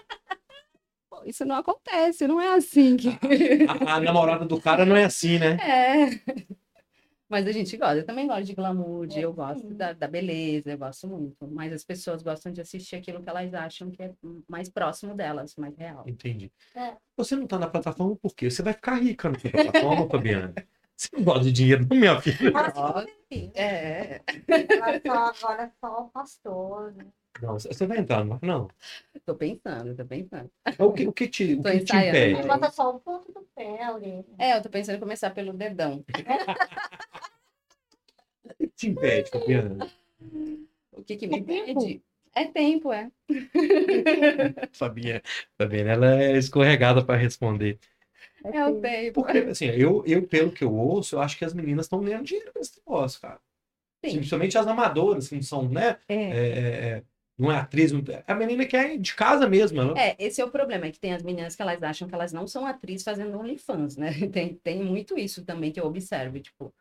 Pô, Isso não acontece, não é assim que. A, a namorada do cara não é assim, né? É. Mas a gente gosta, eu também gosto de glamour, de- eu gosto da, da beleza, eu gosto muito. Mas as pessoas gostam de assistir aquilo que elas acham que é mais próximo delas, mais real. Entendi. É. Você não tá na plataforma por quê? Você vai ficar rica na plataforma, Fabiana. Você não gosta de dinheiro, não, minha filha. Ela É. só, agora só o pastor. né? Não, você vai entrar, não vai? Não. É Tô pensando, tô pensando. O que, o que te, o Tô que te ensaiando. impede? Ele bota só o ponto do pé, a orelha. É, eu tô pensando em começar pelo dedão. O que te impede, Fabiana? O que que me É tempo? impede? É tempo, é. Fabiana, Fabiana, ela é escorregada para responder. É o tempo. Porque, assim, eu, eu, pelo que eu ouço, eu acho que as meninas estão ganhando dinheiro com esse negócio, cara. Assim, Sim. Principalmente as amadoras, que não são, né? É. É, é, é, não é atriz. Não... A menina que é de casa mesmo. Ela... É, esse é o problema, é que tem as meninas que elas acham que elas não são atrizes fazendo OnlyFans, né? Tem, tem muito isso também que eu observo, tipo,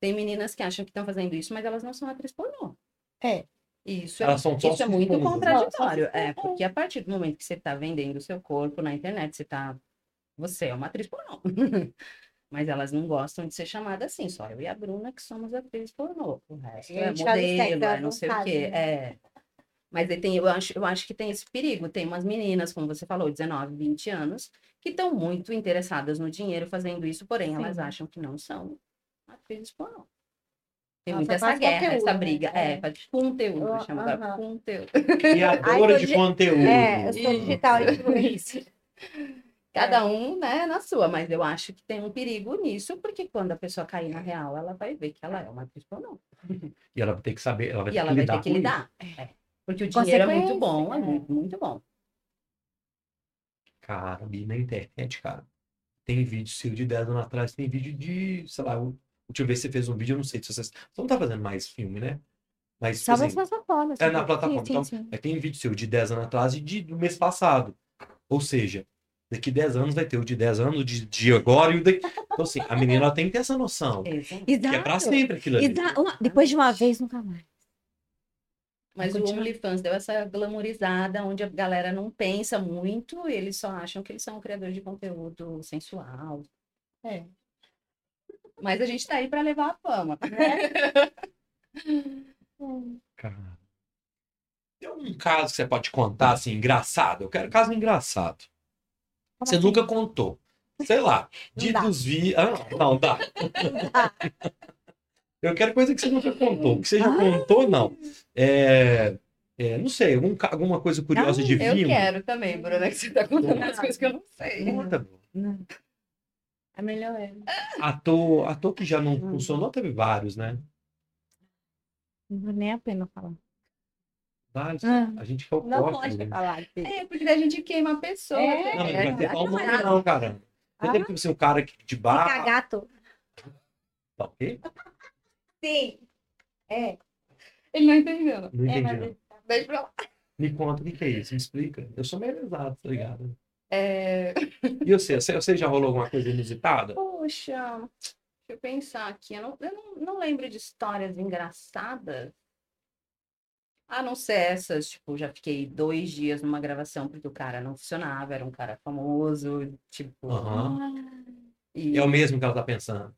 tem meninas que acham que estão fazendo isso, mas elas não são atriz pornô. É. Isso é, Elas são só isso é muito segundas, né? contraditório. Só se- É, porque a partir do momento que você está vendendo o seu corpo na internet, você tá. Você é uma atriz pornô. Mas elas não gostam de ser chamadas assim, só eu e a Bruna que somos atrizes pornô. O resto é Gente, olha isso aí, modelo, tá é não sei o vontade, quê. né? É. Mas aí tem, eu, acho, eu acho que tem esse perigo. Tem umas meninas, como você falou, 19, 20 anos, que estão muito interessadas no dinheiro fazendo isso, porém elas Sim. acham que não são atrizes pornô. Tem Nossa, muito essa faz guerra, conteúdo, essa né? briga. É. É, faz conteúdo, Eu- chama agora aham. conteúdo. Criadora Ai, tô de de- conteúdo. É, eu sou digital tipo influencer. É. Cada um, né, na sua, mas eu acho que tem um perigo nisso, porque quando a pessoa cair na real, ela vai ver que ela é uma atriz pornô. E ela vai ter que saber, ela vai E ter ela que vai lidar ter que com lidar. É. Porque o dinheiro é Consequência, muito bom, é é. muito, muito bom. isso. Cara, ali na internet, cara, tem vídeo seu de 10 anos atrás, tem vídeo de, sei lá, eu- deixa eu ver se você fez um vídeo, eu não sei se vocês... Você não tá fazendo mais filme, né? Mas, tipo Só nas assim, plataformas. É, na plataforma, Sim, então- sim, sim. mas tem vídeo seu de 10 anos atrás e de, do mês passado. Ou seja, daqui 10 anos vai ter o de 10 anos, o de, de agora e o daqui... Então, assim, a menina ela tem que ter essa noção. Exato. Que é pra Exato. sempre aquilo ali. Exa- uma- Depois de uma vez, nunca mais. Mas o Continua. OnlyFans deu essa glamourizada, onde a galera não pensa muito, e eles só acham que eles são criadores de conteúdo sensual. É. Mas a gente tá aí pra levar a fama. né? É. Cara. Tem um caso que você pode contar, assim, engraçado? Eu quero caso engraçado. Você nunca contou. Sei lá, assim? Não de dá. dos vi. Ah, não, não, dá. assim? Eu quero coisa que você nunca contou. Que você já Ah. contou, não. É, é, não sei, algum ca- alguma coisa curiosa Não, de Eu vinho. quero também, Bruna, que você tá Não. contando umas coisas que eu não sei. Conta, pô. Não. A melhor é. Ator, ator que já não Hum. funcionou, teve vários, né? Não vale nem a pena falar. Vários. Hum. A gente quer o Não corte, né? pode falar. filho. É, porque daí a gente queima a pessoa. É. também, Não, mas né? vai ter Vai pau não, atrapalhar. não, cara. Não Ah. tem que ser um cara que de Fica barra. gato. Tá ok? Sim. É. Ele não entendeu. Não É, entendi. mas não. Beijo pra lá. Me conta o que que é isso, me explica. Eu sou meio exato, tá ligado? É, E você, você, você já rolou alguma coisa inusitada? Poxa, deixa eu pensar aqui. Eu não, eu não, não lembro de histórias engraçadas. A não ser essas, tipo, já fiquei dois dias numa gravação porque o cara não funcionava, era um cara famoso, tipo. Aham. E É o eu, mesmo que ela tá pensando.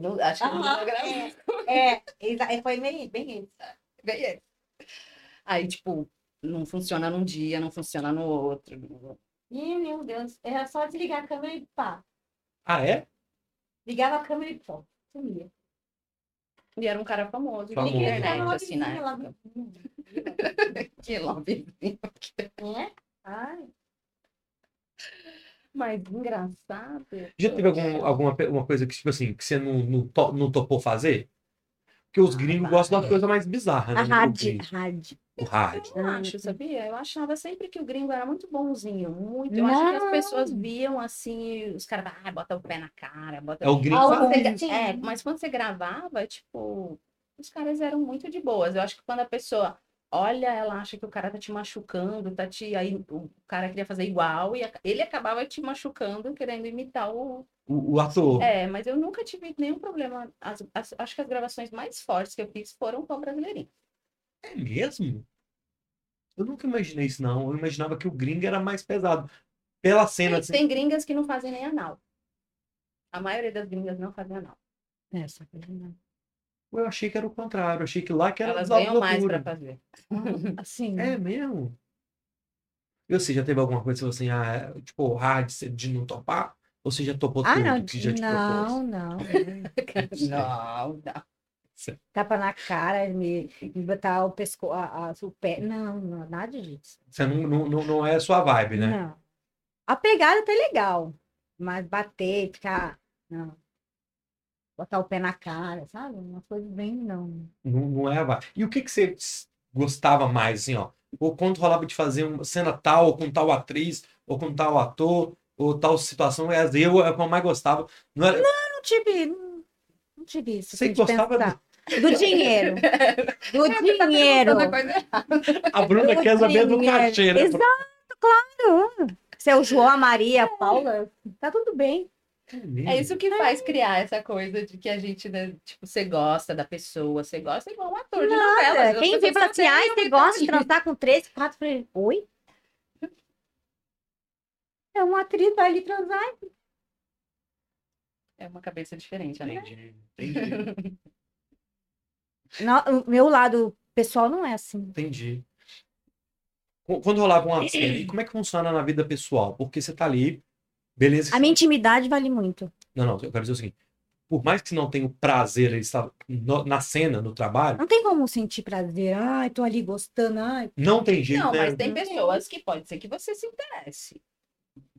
não, acho que eu não Aham, vou gravar. É, exa- é, foi bem, bem isso. Bem esse. Aí, tipo, não funciona num dia, não funciona no outro. Ih, meu Deus. Era só desligar a câmera e pá. Ah, é? Ligava a câmera e pô. Sumia. E era um cara famoso, de Famoso. internet, Era um uma assim, na vizinha lá do- época. Que lobby. É? Ai. Mas engraçado. Já teve algum, alguma pe- uma coisa que, tipo assim, que você não, não, to- não topou fazer? Porque os gringos gostam das coisas mais bizarras, né? Ah. A O rádio. gringo, rádio. O rádio. Eu não acho, sabia? Eu achava sempre que o gringo era muito bonzinho, muito. Eu acho que as Não. pessoas viam assim, e os caras, ah, bota o pé na cara, bota. É o gringo. Ah, o fala, Quando Sim. você- é, mas quando você gravava, tipo, os caras eram muito de boas. Eu acho que quando a pessoa olha, ela acha que o cara tá te machucando, tá te. Aí o cara queria fazer igual e a- ele acabava te machucando, querendo imitar o. o, o ator. É, mas eu nunca tive nenhum problema. As- as- acho que as gravações mais fortes que eu fiz foram com o brasileirinho. É mesmo? Eu nunca imaginei isso, não. Eu imaginava que o gringo era mais pesado. Pela cena, Tem, assim, tem gringas que não fazem nem anal. A maioria das gringas não ffazem anal. É, só que não. eu achei que era o contrário. Eu achei que lá que era Elas da ganham mais loucura. pra fazer. Assim. É mesmo? E você já teve alguma coisa que você, falou assim, ah, tipo, hard de não topar? Ou você já topou Ah, tudo não, que já te não, não. propôs? Não, não. Tapa na cara, me, me botar o pescoço, o pé. Não, não, nada disso. Você não, não, não, não é a sua vibe, né? Não. A pegada tá legal, mas bater, ficar. Não. Botar o pé na cara, sabe? Uma coisa bem, não. Não, não é a vibe. E o que, que você gostava mais, assim, ó? Ou quando rolava de fazer uma cena tal, ou com tal atriz, ou com tal ator, ou tal situação, é- eu é o que eu mais gostava. Não era... Não tive. Não, não tive isso. Você assim, de gostava pensar. do dinheiro. É, Do tá dinheiro. Toda coisa é A Bruna Do quer saber do dinheiro. cachê, né? é. Exato, claro. Se é o João, a Maria, a Paula, tá tudo bem. É isso que faz criar essa coisa de que a gente, né, tipo, você gosta da pessoa, você gosta igual um ator de novela. Quem vem fala assim, um ai, você gosta de transar com três, quatro, falei, oi? É uma atriz, vai ali transar. É uma cabeça diferente, né? Entendi, entendi, No- o meu lado pessoal não é assim. entendi. Qu- Quando rolava uma cena, e como é que funciona na vida pessoal? Porque você tá ali, beleza. A minha intimidade vale muito. Não, não, eu quero dizer o seguinte. Por mais que não tenha o prazer ele estar no- na cena, no trabalho, Não tem como sentir prazer. Ai, tô ali gostando. Ai, não tem jeito, Não, né? mas tem pessoas que pode ser que você se interesse.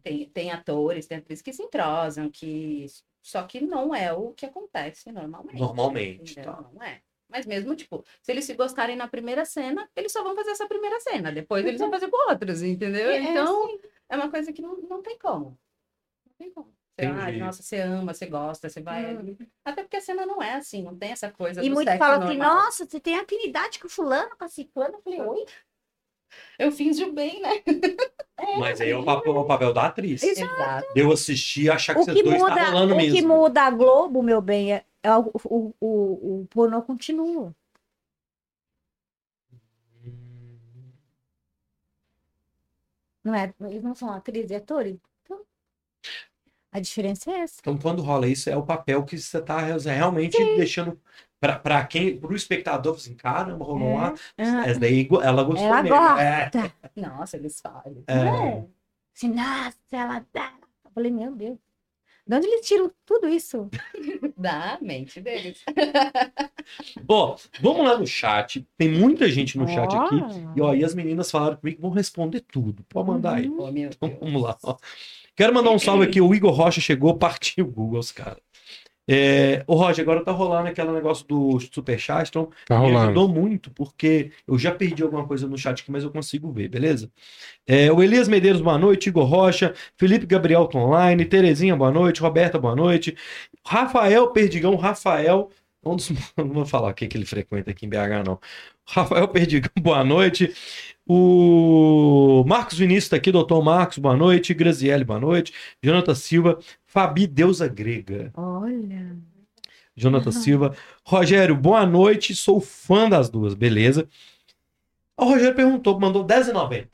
Tem, tem atores, tem atrizes que se entrosam, que... Só que não é o que acontece normalmente. Normalmente, Entendeu? tá. Não é. Mas mesmo, tipo, se eles se gostarem na primeira cena, eles só vão fazer essa primeira cena. Depois eles vão fazer com outros, entendeu? É, então, é uma coisa que não, não tem como. Não tem como. Você, Entendi. ai, nossa, você ama, você gosta, você vai. hum. Até porque a cena não é assim, não tem essa coisa. E do muitos sexo falam assim, normal. nossa, você tem afinidade com fulano, com a ciclana. Eu falei, oi? Eu finjo bem, né? Mas aí é o papel, é o papel da atriz. Isso. Exato. De eu assistir e achar que O vocês que, dois muda, tá rolando o mesmo. que muda a Globo, meu bem, é, é o, o, o, o pornô continua. Hum, Não é? Eles não são atrizes e atores. Então, a diferença é essa. Então, quando rola isso, é o papel que você tá re- realmente deixando pra, pra quem, pro espectador, assim, caramba, rolou uma. é, Ah, Essa daí go- ela gostou Ela mesmo. gosta. Né? É, Nossa, eles falam. é. Se nasce, ela dá. Eu falei, meu Deus. De onde eles tiram tudo isso? Da mente deles. Então Ó, vamos lá no chat. Tem muita gente no chat aqui. Ó. E, ó, e as meninas falaram comigo que vão responder tudo. Pode mandar aí. Uhum. Ô, Oh, meu Então, Deus. vamos lá. ó. Quero mandar um salve aqui. O Igor Rocha chegou, partiu Google, os caras. É, ô Roger, agora tá rolando aquele negócio do Superchat, então Tá me rolando. ajudou muito, porque eu já perdi alguma coisa no chat aqui, mas eu consigo ver, beleza? É, o Elias Medeiros, boa noite. Igor Rocha, Felipe Gabriel tá online, Terezinha, boa noite. Roberta, boa noite. Rafael Perdigão, Rafael, um dos. Não vou falar o que, que ele frequenta aqui em BH, não. Rafael Perdigão, boa noite. O Marcos Vinícius tá aqui, doutor Marcos, boa noite. Graziele, boa noite. Jonathan Silva, Fabi Deusa Grega. Olha. Jonathan Aham. Silva. Rogério, boa noite. Sou fã das duas, beleza? O Rogério perguntou, mandou R$10,90.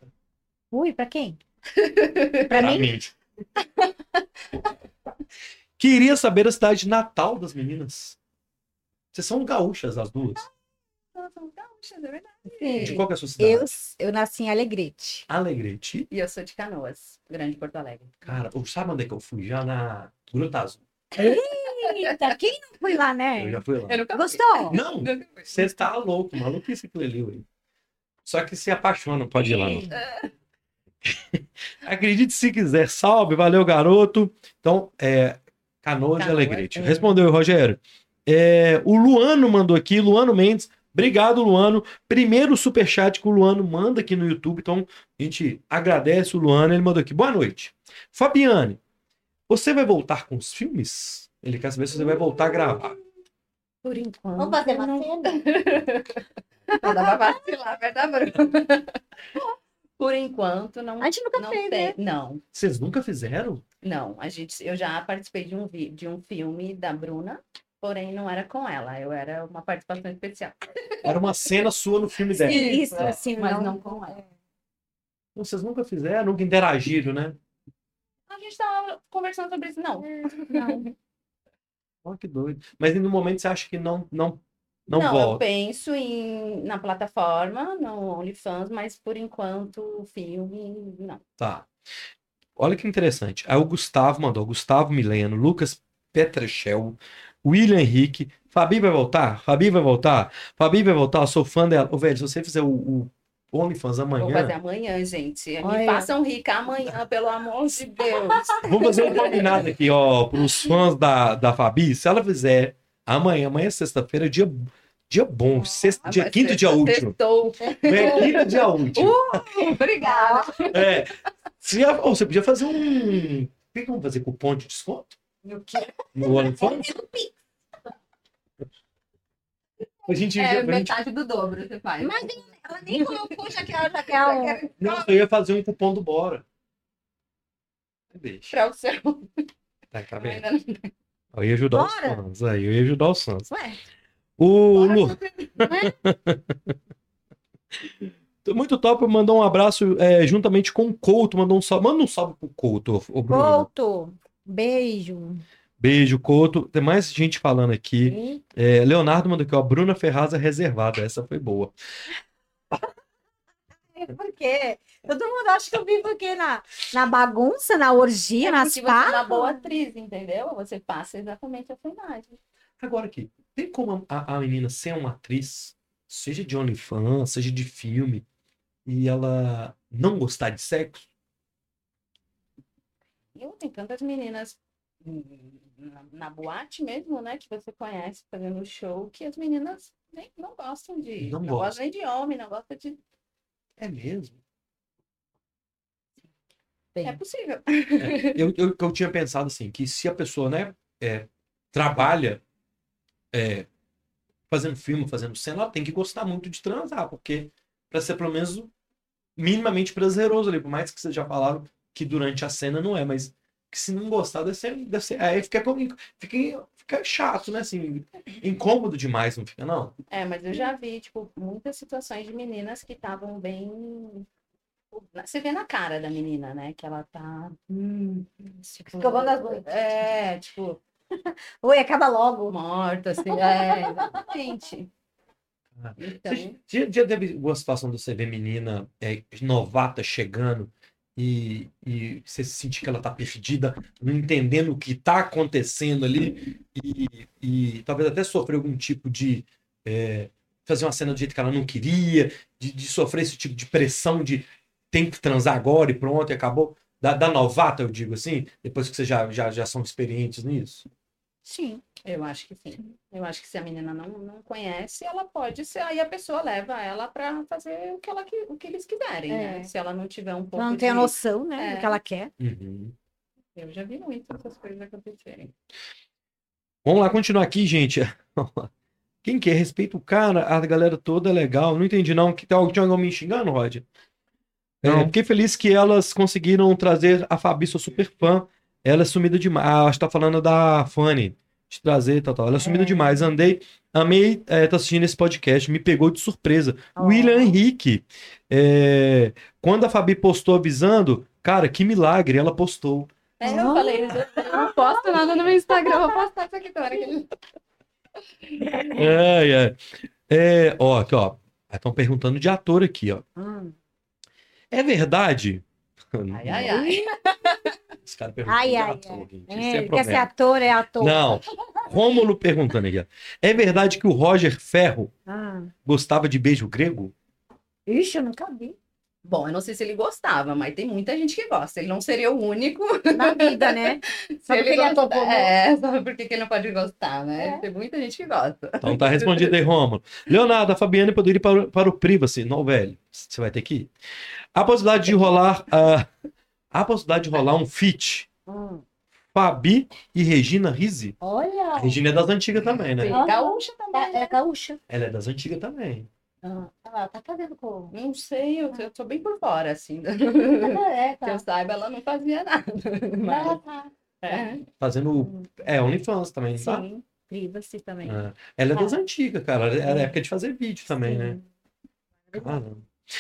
Ui, pra quem? Pra mim? Queria saber a cidade de natal das meninas. Vocês são gaúchas, as duas? Elas são gaúchas, é verdade. De qual que é a sua cidade? Eu, eu nasci em Alegrete. Alegrete. E eu sou de Canoas, Grande Porto Alegre. Cara, eu- sabe onde é que eu fui? Já na Gruta Azul. Eita, quem não foi lá, Eu né? já fui lá. Eu nunca fui. Gostou? Não, Nunca fui. você tá louco, maluquice aquilo ali, ué. Só que se apaixona, pode ir lá, não. Acredite se quiser. Salve, valeu, garoto. Então, é, Canoas de Canoas, Alegrete. é. Respondeu, Rogério. É, o Luano mandou aqui, Luano Mendes. Obrigado, Luano. Primeiro superchat que o Luano manda aqui no YouTube. Então, a gente agradece o Luano. Ele mandou aqui. Boa noite. Fabiane, você vai voltar com os filmes? Ele quer saber se você vai voltar a gravar. Por enquanto. Vamos fazer uma cena? Não dá pra vacilar, vai dar Bruna. Por enquanto, não, A gente nunca não fez, tem. né? Não, Vocês nunca fizeram? não. A gente, eu já participei de um, vi- de um filme da Bruna, Porém, não era com ela, eu era uma participação especial. Era uma cena sua no filme dela. Sim. Isso, Isso, é. assim, Mas não, não com ela. Vocês nunca fizeram, nunca interagiram, né? A gente tava conversando sobre isso, não. não. Olha que doido. Mas no momento você acha que não, não, não, eu volta. penso em, na plataforma, no OnlyFans, mas por enquanto, filme, não. Tá. Olha que interessante. Aí o Gustavo mandou. Gustavo Mileno, Lucas Petrechel, William Henrique. Fabi vai voltar? Fabi vai voltar? Fabi vai voltar? Eu sou fã dela. Ô, velho, se você fizer o, o OnlyFans Vou fazer amanhã, amanhã, gente. Olha. Me façam rica amanhã, pelo amor de Deus. vamos fazer um combinado aqui, ó, pros fãs da, da Fabi. Se ela fizer amanhã, amanhã é sexta-feira, dia, dia bom, sexta, dia, Ah, Vai quinto ser- dia útil. Sextou. É, quinto dia útil. Obrigada. É. Você, já- ou você podia fazer um. O que que vamos fazer? Cupom de desconto? No quê? No OnlyFans? A gente, É, a gente. metade do dobro você faz. Mas Ela nem colocou, já que ela já quer um... Não, eu ia fazer um cupom do Bora. Deixa. Pra né? o seu. Tá, tá vendo? Ainda não- Eu ia ajudar os Bora? fãs. Aí, eu ia ajudar os fãs. Ué, O Bora, Lu... Muito top, mandou um abraço é, juntamente com o Couto. Mandou um salve. Manda um salve pro Couto, ô, ô Bruno. volto. Beijo. Beijo, Couto. Tem mais gente falando aqui. E- É, Leonardo mandou aqui, ó. Bruna Ferraz é reservada. Essa foi boa. É, Por quê? Todo mundo acha que eu vivo aqui na, na bagunça, na orgia, É nas porque você é uma farras. boa atriz, entendeu? Você passa exatamente a sua imagem. Agora aqui, tem como a, a menina ser uma atriz, seja de OnlyFans, seja de filme, e ela não gostar de sexo? E eu tenho tantas meninas hum, na, na boate mesmo, né? Que você conhece fazendo show, que as meninas nem, não gostam de. Não Não, gostam. gostam nem de homem, não gostam de. É mesmo? Bem. É possível. Eu, eu, eu tinha pensado assim, que se a pessoa, né, é, trabalha é, fazendo filme, fazendo cena, ela tem que gostar muito de transar, porque pra ser pelo menos minimamente prazeroso ali, por mais que vocês já falaram que durante a cena não é, mas que se não gostar deve ser, deve ser aí fica, com- fica, fica chato, né, assim, incômodo demais, não fica não? É, mas eu já vi, tipo, muitas situações de meninas que estavam bem. Você vê na cara da menina, né? Que ela tá. Hum, tipo, Escovando as bocas. É, tipo, Oi, acaba logo. morta, assim. É, exatamente. Ah. Então, Você já, já teve uma situação de você ver menina é, novata chegando e, e você sentir que ela tá perdida, não entendendo o que tá acontecendo ali e, e talvez até sofrer algum tipo de é, fazer uma cena do jeito que ela não queria, de, de sofrer esse tipo de pressão de tem que transar agora e pronto, e acabou. Da, da novata, eu digo assim, depois que vocês já, já, já são experientes nisso. Sim. eu acho que sim. Eu acho que se a menina não, não conhece, ela pode ser. Aí a pessoa leva ela pra fazer o que, ela, que- o que eles quiserem, É. né? Se ela não tiver um pouco. Ela não tem a de- noção, né, É. do que ela quer. Uhum. Eu já vi muito essas coisas acontecerem. Vamos lá, continuar aqui, gente. Vamos lá. Quem que é? Respeita o cara, a galera toda é legal. Não entendi, não. Que tal tinha alguém me xingando, Rod? É, Não. fiquei feliz que elas conseguiram trazer a Fabi, sou super fã. Ela é sumida demais. Ah, acho que tá falando da Fanny. De trazer, tal, tal. Ela é sumida demais. Andei, amei estar tá assistindo esse podcast. Me pegou de surpresa. Oh. William Henrique. é, quando a Fabi postou avisando, cara, que milagre, ela postou. É, Ah. eu falei, eu não posto nada no meu Instagram, eu vou postar isso aqui agora. que ele- Ai, ai. É, ó, aqui, ó. Estão perguntando de ator aqui, ó. Hum. É verdade? Ai, ai, ai. Esse cara perguntou Ai, de ai, ator, ai. gente. Esse É, é ele quer ser problema. ator, é ator. Não. Rômulo perguntando aqui, ó. É verdade que o Roger Ferro Ah. gostava de beijo grego? Ixi, eu nunca vi. Bom, eu não sei se ele gostava, mas tem muita gente que gosta. Ele não seria o único. Na vida, né? Se porque ele é gosta- topogão. É, só porque que ele não pode gostar, né? Tem muita gente que gosta. Então tá respondido aí, Rômulo. Leonardo, a Fabiane poderia ir para, o- para o Privacy. Não, velho. Você vai ter que ir. A possibilidade de rolar. ah, a possibilidade de rolar um feat. Hum. Fabi e Regina Rizzi. A Olha. Regina é das antigas também, né? Aham. Gaúcha também. É, é gaúcha. Ela é das antigas também. Ah, Ela tá fazendo com. Não sei, eu, eu tô bem por fora, assim. É, Que eu tá. saiba, ela não fazia nada. Ela Mas, tá. é, Hum. Fazendo. É, OnlyFans também, tá? sim. Privacy também. É. Ela é das Ah. antigas, cara. Era época de fazer vídeo também, Sim. é né? Caramba.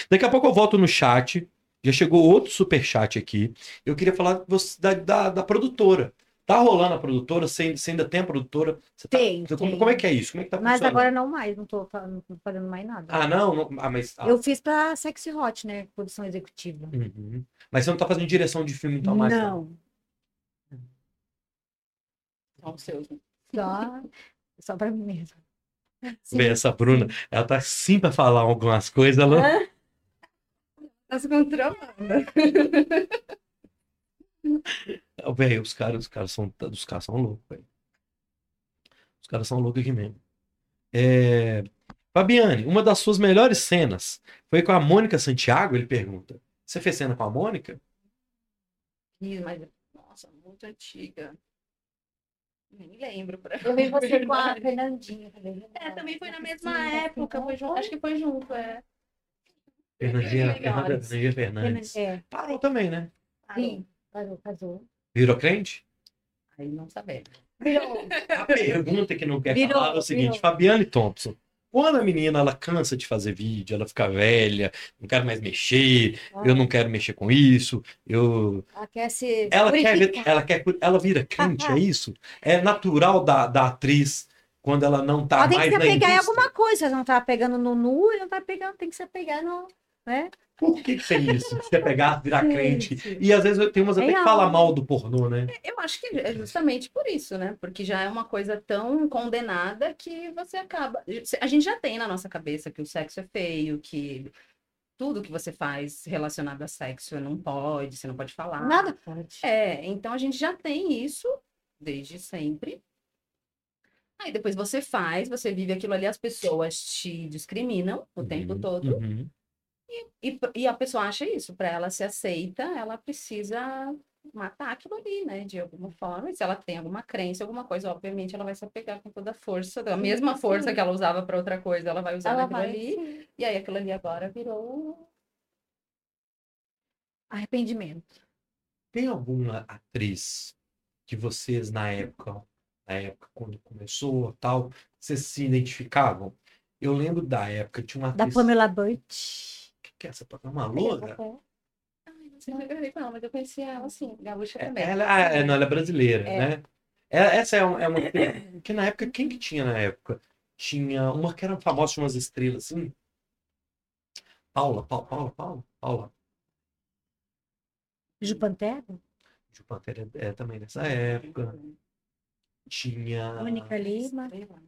Daqui a pouco eu volto no chat. Já chegou outro superchat aqui. Eu queria falar você- da, da, da produtora. Tá rolando a produtora? Você, ainda- você ainda tem a produtora? Você tá- Tem, como, tem. como é que é isso? Como é que tá Mas funcionando? agora não mais, não tô, fa- não tô fazendo mais nada. Ah, não? não- ah, mas... ah, Eu fiz pra Sexy Hot, né? Produção executiva. uhum. Mas você não tá fazendo direção de filme então mais? não? não, São os seus. né? só, só pra mim mesma. Sim. Ah, Vê, essa Bruna, ela tá sim pra falar algumas coisas. Ela... Tá se controlando. Velho, os caras, os caras são, os caras são loucos, velho. Os caras são loucos aqui mesmo. É... Fabiane, uma das suas melhores cenas foi com a Mônica Santiago? Ele pergunta. Você fez cena com a Mônica? Ih, mas, nossa, muito antiga. Nem lembro. Pra... Eu vi você com a verdade. Fernandinha também. É, também foi na mesma época. então Foi junto, acho que foi junto, é. Fernandinha, Melhores. Fernanda- Fernandinha Fernandes. É, Parou também, né? Parou. sim, casou, casou. Virou crente? Aí não sabemos. É, Virou. A pergunta que não quer Virou, calar é o seguinte, virou. Fabiane Thompson. Quando a menina ela cansa de fazer vídeo, ela fica velha, não quero mais mexer, Ah. eu não quero mexer com isso, eu Ela quer se Ela quer, purificar. vir- ela quer, cur- ela vira crente, é isso? É natural da, da atriz quando ela não tá Ela tem que mais se na apegar em indústria. alguma coisa. Ela não tá pegando no nu, ela não tá pegando, tem que se apegar no. Né? Por que, que tem isso? Se apegar, virar crente. Gente. E às vezes eu- tem umas até que Real. falam mal do pornô, né? Eu acho que é justamente por isso, né? Porque já é uma coisa tão condenada que você acaba. A gente já tem na nossa cabeça que o sexo é feio, que tudo que você faz relacionado a sexo não pode, você não pode falar. Nada pode. É, então a gente já tem isso desde sempre. Aí depois você faz, você vive aquilo ali, as pessoas te discriminam o tempo Uhum, todo. uhum. E, e a pessoa acha isso, para ela se aceita, ela precisa matar aquilo ali, né? De alguma forma. E se ela tem alguma crença, alguma coisa, obviamente ela vai se apegar com toda a força, da mesma força que ela usava para outra coisa, ela vai usar Ela naquilo vai. ali. sim. E aí aquilo ali agora virou. Arrependimento. Tem alguma atriz que vocês na época, na época quando começou tal, vocês se identificavam? Eu lembro da época tinha uma Da atriz. Pamela Burt. Que que é essa? É Uma loura? Ai, não sei se eu gravei com ela, mas eu conheci ela assim, gaúcha também. Ela, ah, é, não, ela é brasileira, É. né? É- Essa é um- é uma, que na época, quem que tinha na época? Tinha uma que era famosa, tinha umas estrelas assim. Paula, Paula, Paula, Paula, Paula. Jupantero? Ju Pantera é, é também nessa época. Tinha. Mônica Lima. Sei lá.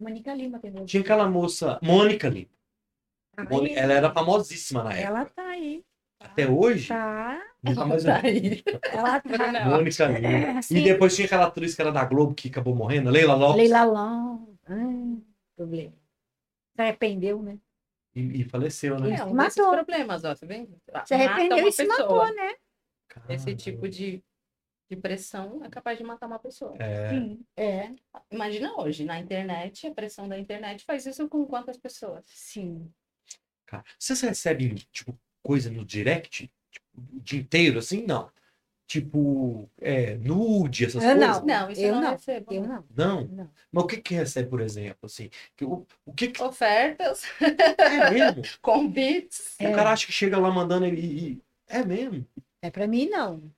Mônica Lima é tem dois. Tinha aquela moça, Mônica ali. Mônica- Ela era famosíssima na época. Tá Ah, Ela tá aí. Até hoje, Tá. não tá mais Tá aí. Ela é tá. Não. Mônica ali. E Sim. depois tinha aquela atriz que era da Globo que acabou morrendo, Leila Lopes. Leila Long. Ai, problema. Se arrependeu, né? E, e faleceu, É, né? um Matou. desses problemas, ó, tá vendo? Se arrependeu e se matou, né? Ah, Esse tipo de, de pressão é capaz de matar uma pessoa. É. Sim. É. Imagina hoje, na internet, a pressão da internet faz isso com quantas pessoas? Sim. Cara, vocês recebem, tipo, coisa no direct? Tipo, o dia inteiro, assim? Não. Tipo, é, nude, essas Ah, coisas? Não, Não, isso eu eu não, não, recebo. né? Eu não. Não? Não. Mas o que que recebe, por exemplo, assim? Que o, o que que Ofertas, é mesmo? convites. O cara acha que chega lá mandando e... e- É mesmo? É pra mim, não.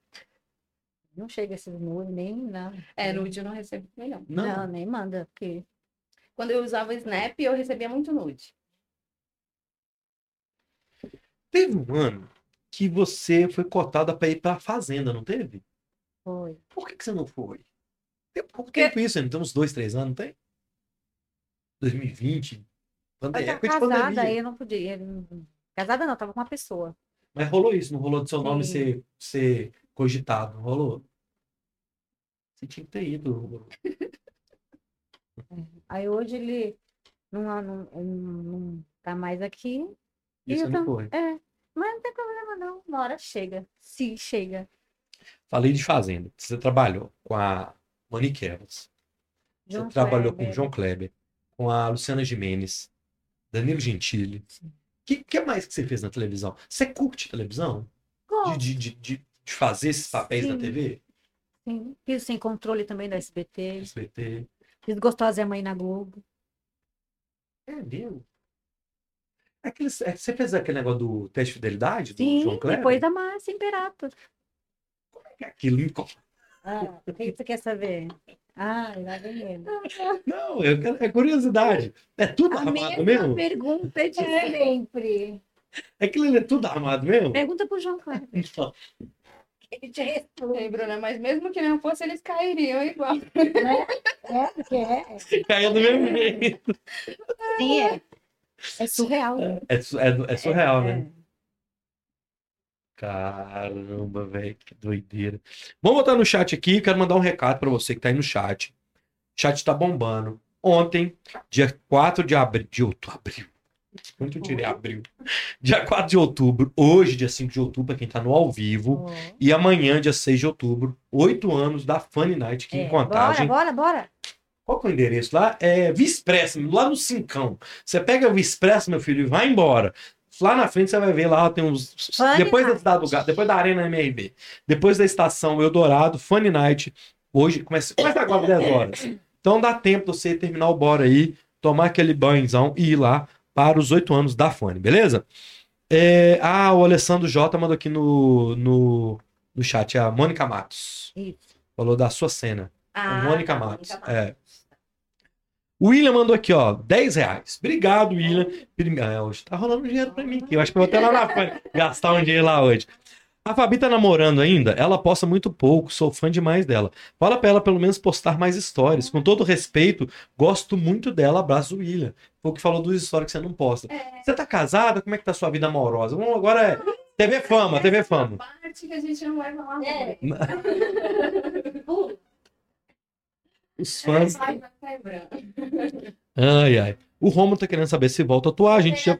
Não chega esses números, nem não. É, nude eu não recebo melhor. Não. Não, nem manda, porque. Quando eu usava o Snap, eu recebia muito nude. Teve um ano que você foi cotada pra ir pra Fazenda, não teve? Foi. Por que que você não foi? Tem pouco tempo isso, não tem uns dois, três anos, não tem? 2020? Pande... Eu tava É, Época de tá casada, pandemia. aí eu não podia. eu não- Casada não, tava com uma pessoa. Mas rolou isso, não rolou do seu nome Sim. ser, ser cogitado, não rolou? Você tinha que ter ido. Aí hoje ele não, não, não, não tá mais aqui. E você Isso. não foi. É. Mas não tem problema, não. Uma hora chega. Sim, chega. Falei de Fazenda. Você trabalhou com a Monique Evans. Você João trabalhou com Kleber. o João Kleber, com a Luciana Gimenez, Danilo Gentili. O que, que mais que você fez na televisão? Você curte televisão? Gosto, De, de, de, de- de fazer esses papéis na Sim. TV? sim. Fiz sem controle também da SBT. SBT. Fiz Gostosa é a Mãe na Globo. É mesmo? Aquele, é, você fez aquele negócio do teste de fidelidade do Sim, João Kleber? depois da Márcia Imperato. Aquilo me co- Ah, o que você quer saber? Ah, lá vem ele. Não, é, é curiosidade. É tudo A armado mesma mesmo? pergunta de É. sempre. Aquilo ali é tudo armado mesmo? Pergunta pro João Kleber. Então, Ele te responde. Ei, Bruna, né? mas mesmo que não fosse, eles cairiam igual. É, porque é. caiu do mesmo jeito. Sim, é. É surreal. É, su- é- é surreal, né? Caramba, velho, que doideira. Vamos botar no chat aqui, quero mandar um recado pra você que tá aí no chat. O chat tá bombando. Ontem, dia 4 de abril, de outubro, abril. Quanto eu tirei abril? Dia 4 de outubro, hoje, dia 5 de outubro, pra quem tá no ao vivo. E amanhã, dia 6 de outubro, 8 anos da Funny Night aqui É, em Contagem. Bora, bora, bora. Qual que é o endereço lá? É Via Express, lá no Cincão. Você pega o Express, meu filho, e vai embora. Lá na frente você vai ver lá, tem uns. Funny depois, da Night. cidade do Gato, depois da Arena MRB. Depois da estação Eldorado, Funny Night. Hoje, começa, começa agora 10 horas. Então dá tempo de você terminar o bora aí, tomar aquele banhozão e ir lá para os 8 anos da Funny, beleza? É, ah, o Alessandro J mandou aqui no, no, no chat, é a Mônica Matos. Isso. Falou da sua cena. Ah, Mônica Matos, é. O William mandou aqui, ó, 10 reais. Obrigado, William. Prime- Ah, hoje tá rolando dinheiro pra mim aqui. Eu acho que eu vou até lá na Fun- gastar um dinheiro lá hoje. A Fabi tá namorando ainda? Ela posta muito pouco, sou fã demais dela. Fala pra ela pelo menos postar mais stories. Com todo respeito, gosto muito dela. Abraço, William. Foi o que falou dos stories que você não posta. Você tá casada? Como é que tá a sua vida amorosa? Vamos agora é TV Fama, TV Fama. parte que a gente não vai falar. É. Os fãs. Ai, ai. O Romo tá querendo saber se volta a atuar. A É. gente já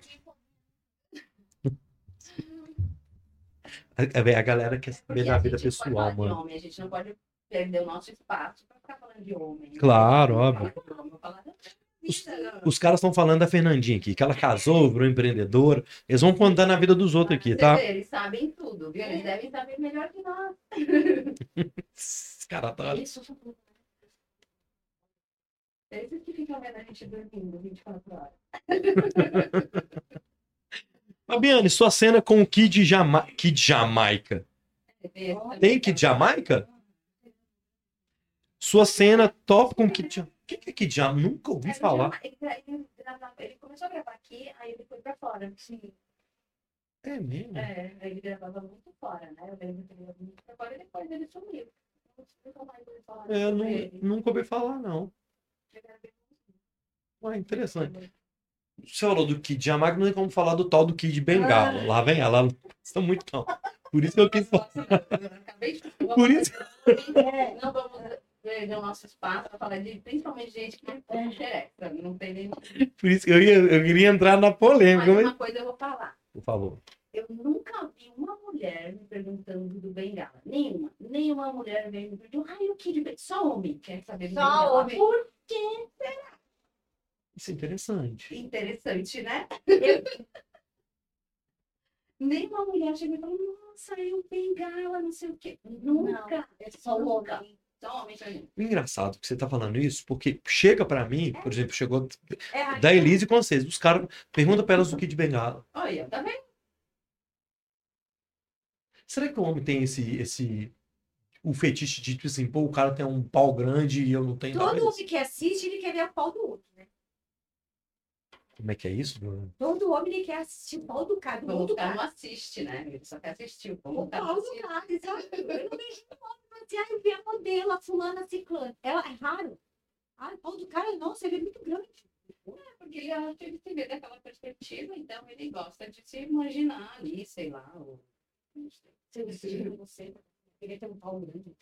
A, É, a- a galera quer saber da vida pessoal, mano. Homem, a gente não pode perder o nosso espaço pra ficar falando de homem. Claro, Falar óbvio. de homem, falar da Os- vida. né? Os caras estão falando da Fernandinha aqui, que ela casou, virou empreendedora. Eles vão contar na vida dos outros aqui, Você tá? vê, Eles sabem tudo, viu? Eles devem saber melhor que nós. Os caras tá... Eles são tudo. né? Eles é que ficam vendo a gente dormindo 24 horas. Fabiane, sua cena com o Kid, Jama... Kid Jamaica. Tem Kid É, Jamaica? Sua cena top com Kid Jamaica. O que que é Kid Jamaica? Nunca ouvi Ele falar. grava- Ele, gra- ele grava- ele começou a gravar aqui, aí ele foi pra fora. assim. Sim. É mesmo? É, ele gravava muito fora, né? Eu lembro que ele gravava muito pra fora e depois ele sumiu. Não sei como é que ele fala É, eu sobre nu- ele. nunca ouvi falar, não. Eu gravei Ué, interessante. Você falou do Kid Jamaica, não tem como falar do tal do Kid Bengala. Lá vem ela, estão muito não. Por isso eu quis falar. Acabei de falar. Por isso Não vamos perder o nosso espaço para falar de principalmente gente que não É. interessa. Não tem nem. Por isso que eu, ia, eu queria entrar na polêmica. Mas Mas... uma coisa eu vou falar. Por favor. Eu nunca vi uma mulher me perguntando do Bengala. Nenhuma. Nenhuma mulher veio me perguntando. Ai, o Kid Bengala. Só homem quer saber do Só Bengala. homem. Por Isso é interessante. interessante, né? Nenhuma mulher chega e fala, nossa, é o Bengala, não sei o quê. Nunca. É só o Nunca. homem. Só um homem pra mim. É Engraçado que você tá falando isso, porque chega pra mim, por exemplo, chegou É, a- da Elise com vocês. Os caras perguntam pra elas o Kid Bengala. Olha, tá vendo? Será que o homem tem esse. esse o fetiche de tipo assim, pô, o cara tem um pau grande e eu não tenho. Todo Talvez- homem que assiste, ele quer ver o pau do outro, né? Como é que é isso, Bruno? Todo homem ele quer assistir o pau do cara, do Como outro o cara cara. não assiste, né? Ele só quer assistir. Como O o cara pau não do assiste. cara, exato. Eu não vejo um homem falar assim, ah, eu vi a modelo, a fulana, a ciclana. Ela é raro. Ah, o pau do cara, nossa, ele é muito grande. Porque ele acha que ele se vê daquela perspectiva, então ele gosta de se imaginar ali, sei lá. Ou... não sei. Se eu vestido com você, eu queria ter um pau grande.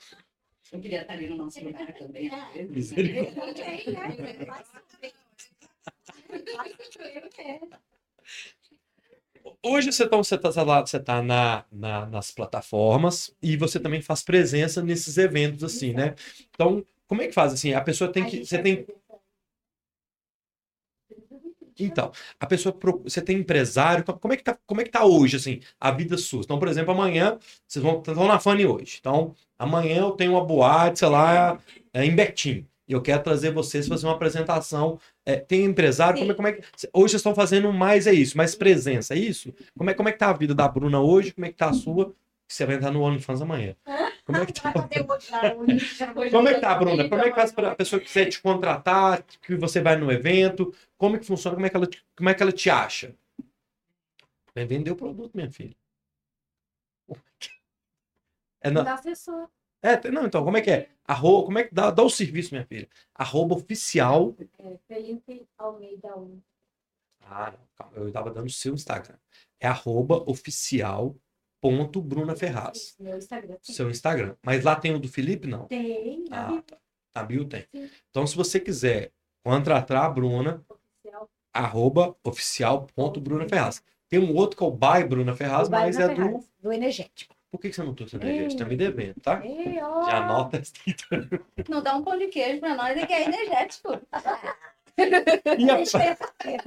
Eu queria estar ali no nosso lugar também, às vezes. é, Misericórdia. Tem, né? Vai saber. Vai saber, né? Hoje você tá, você tá, sei lá, você tá na, na- nas plataformas e você também faz presença nesses eventos, assim, né? Então, como é que faz assim? A pessoa tem A que. gente Você vai tem fazer. Então, a pessoa, pro- você tem empresário, co- como é que tá, como é que tá hoje, assim, a vida sua? Então, por exemplo, amanhã, vocês vão, vocês vão na Fanny hoje. Então, amanhã eu tenho uma boate, sei lá, é, em Betim. E eu quero trazer vocês fazer uma apresentação. É, tem empresário, Sim. como é, como é que. Hoje vocês estão fazendo mais, é isso, mais presença, é isso? Como é, como é que tá a vida da Bruna hoje? Como é que tá a sua? Você vai entrar no OnlyFans amanhã. Como é que tá? Então, Como é que tá, Bruna? Como é que faz para a pessoa que quiser te contratar, que você vai no evento? Como é que funciona? Como é que ela te, como é que ela te acha? Vem vender o produto, minha filha. É, não, Da assessora. é, tem- não, então, como é que é? Arroba, como é que dá, dá o serviço, minha filha? Arroba oficial. É, Felipe Almeida 1. Ah, não, calma, eu tava dando o seu Instagram. É arroba oficial.brunaferraz. Meu Instagram. Seu Instagram. Mas lá tem o do Felipe, não? Tem, Ah, na A bio tem. Sim. Então, se você quiser contratar a Bruna, oficial. arroba oficial.brunaferraz. Tem um outro que é o by Bruna Ferraz, Vai mas na é do. Ferraz, do energético. Por que que você não trouxe energético? Ei. Tá me devendo, tá? Ei, ó. Já anota essa Não dá um pão de queijo pra nós, é que é energético. e, Deixa a... eu ver.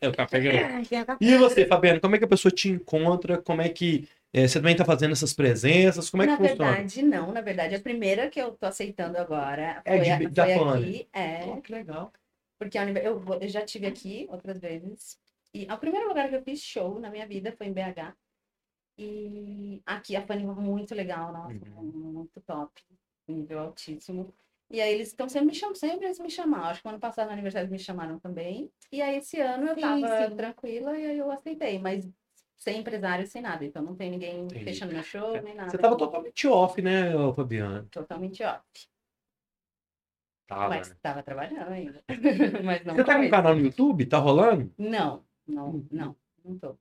Eu já peguei. Ai, tem a- e você, Fabiana, como é que a pessoa te encontra? Como é que. eh, você também tá fazendo essas presenças? Como é que na funciona? verdade, não. Na verdade, a primeira que eu tô aceitando agora É foi, de- né? a- da foi Fanny. aqui. É, Ó, que legal. porque a univer- eu, vou- eu já tive aqui outras vezes. E o primeiro lugar que eu fiz show na minha vida foi em BH. E aqui a Fanny foi muito legal, nossa, é Uhum. muito top, nível altíssimo. E aí eles estão sempre me chamando, sempre eles me chamaram. Acho que ano passado no aniversário eles me chamaram também. E aí esse ano eu Sim, tava sim. tranquila e aí eu aceitei, mas sem empresário, sem nada. Então não tem ninguém Entendi. É. fechando meu show, nem nada. Você tava totalmente off, né, ô, Fabiana? Totalmente ó. Tava. mas né? estava trabalhando ainda. mas não Você tá com com Hum. um ele. canal no YouTube? Tá rolando? Não, não, não. Não tô.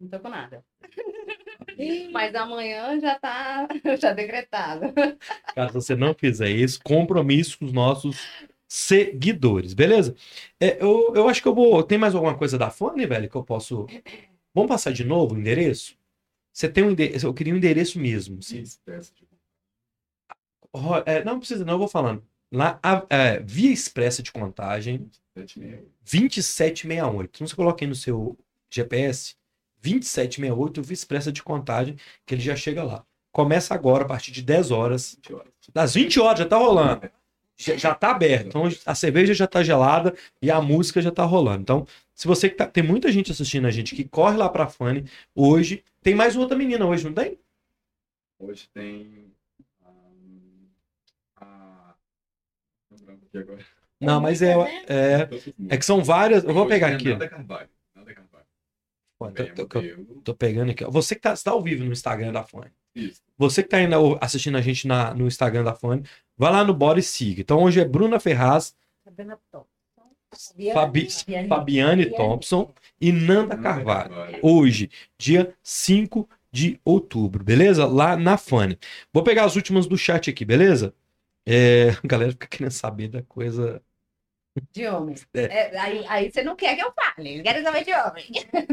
Não tô com nada. Mas amanhã já tá já decretado. Caso você não fizer isso, compromisso com os nossos seguidores, beleza? É, eu, eu acho que eu vou. Tem mais alguma coisa da Fanny, velho, que eu posso. Vamos passar de novo o endereço? Você tem um endereço. Eu queria um endereço mesmo. se- Ro- é, não precisa, não, eu vou falando. Lá, a- é, Via Expressa de Contagem, 2768. Então você coloca aí no seu GPS, 2768, Via Expressa de Contagem, que ele já chega lá. Começa agora, a partir de 10 horas. Das 20 horas, já tá rolando. Já, já tá aberto. Então a cerveja já tá gelada e a música já tá rolando. Então, se você que tá. Tem muita gente assistindo a gente que corre lá pra Fanny hoje. Tem mais outra menina hoje, não tem? Hoje tem. ah, ahn, a. Não lembro aqui agora. Não, mas é, é. É que são várias. Eu vou Hoje pegar tem a aqui. ó. Nanda Carvalho. Nanda Carvalho. é Pô, Bem, tô- eu tô- modelo. Tô pegando aqui. ó. Você que tá, você tá ao vivo no Instagram da Fone. Isso. Você que tá ainda ou- assistindo a gente na- no Instagram da Fone, vai lá no Bora e siga. Então hoje é Bruna Ferraz, Tá dando a top. Fabi- É. Fabiane Thompson e Nanda Nanda Tá Carvalho. Hoje, dia 5 de outubro, beleza? Lá na Fone. Vou pegar as últimas do chat aqui, beleza? É, a galera fica querendo saber da coisa. De homem. É. É, aí, aí você não quer que eu fale. Eles querem saber de homem.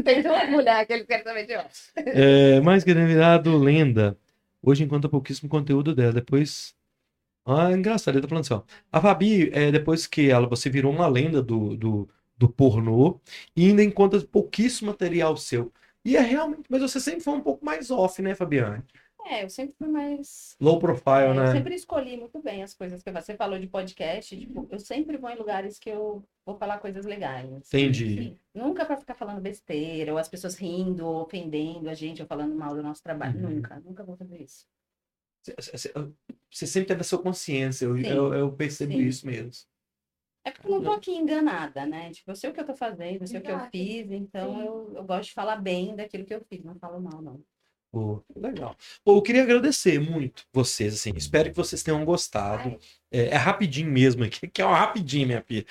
Tem duas mulheres que eles querem saber de homem. É, mais que virado lenda. Hoje encontra pouquíssimo conteúdo dela. Depois. Ah, engraçado, ele tá falando assim, ó. A Fabi, é, depois que ela, você virou uma lenda do, do, do pornô e ainda encontra pouquíssimo material seu. E é realmente, mas você sempre foi um pouco mais off, né, Fabiane? É, eu sempre fui mais Low É, profile, Eu né? sempre escolhi muito bem as coisas que eu faço. Você falou de podcast, tipo, eu sempre vou em lugares que eu vou falar coisas legais. Entendi. Sim. Nunca pra ficar falando besteira, ou as pessoas rindo, ou ofendendo a gente, ou falando mal do nosso trabalho. Uhum. Nunca, nunca vou fazer isso. C- c- c- Assim, Você sempre teve a sua consciência, eu, Sim. eu, eu percebo Sim. isso mesmo. É porque eu não tô aqui enganada, né? Tipo, eu sei o que eu tô fazendo, eu sei o que eu Exato. fiz, então Sim. eu, eu gosto de falar bem daquilo que eu fiz, não falo mal, não. um Pô, legal. Pô, eu queria agradecer muito vocês, assim. Espero que vocês tenham gostado. Ai. É, é rapidinho mesmo aqui, que é uma rapidinha, minha filha.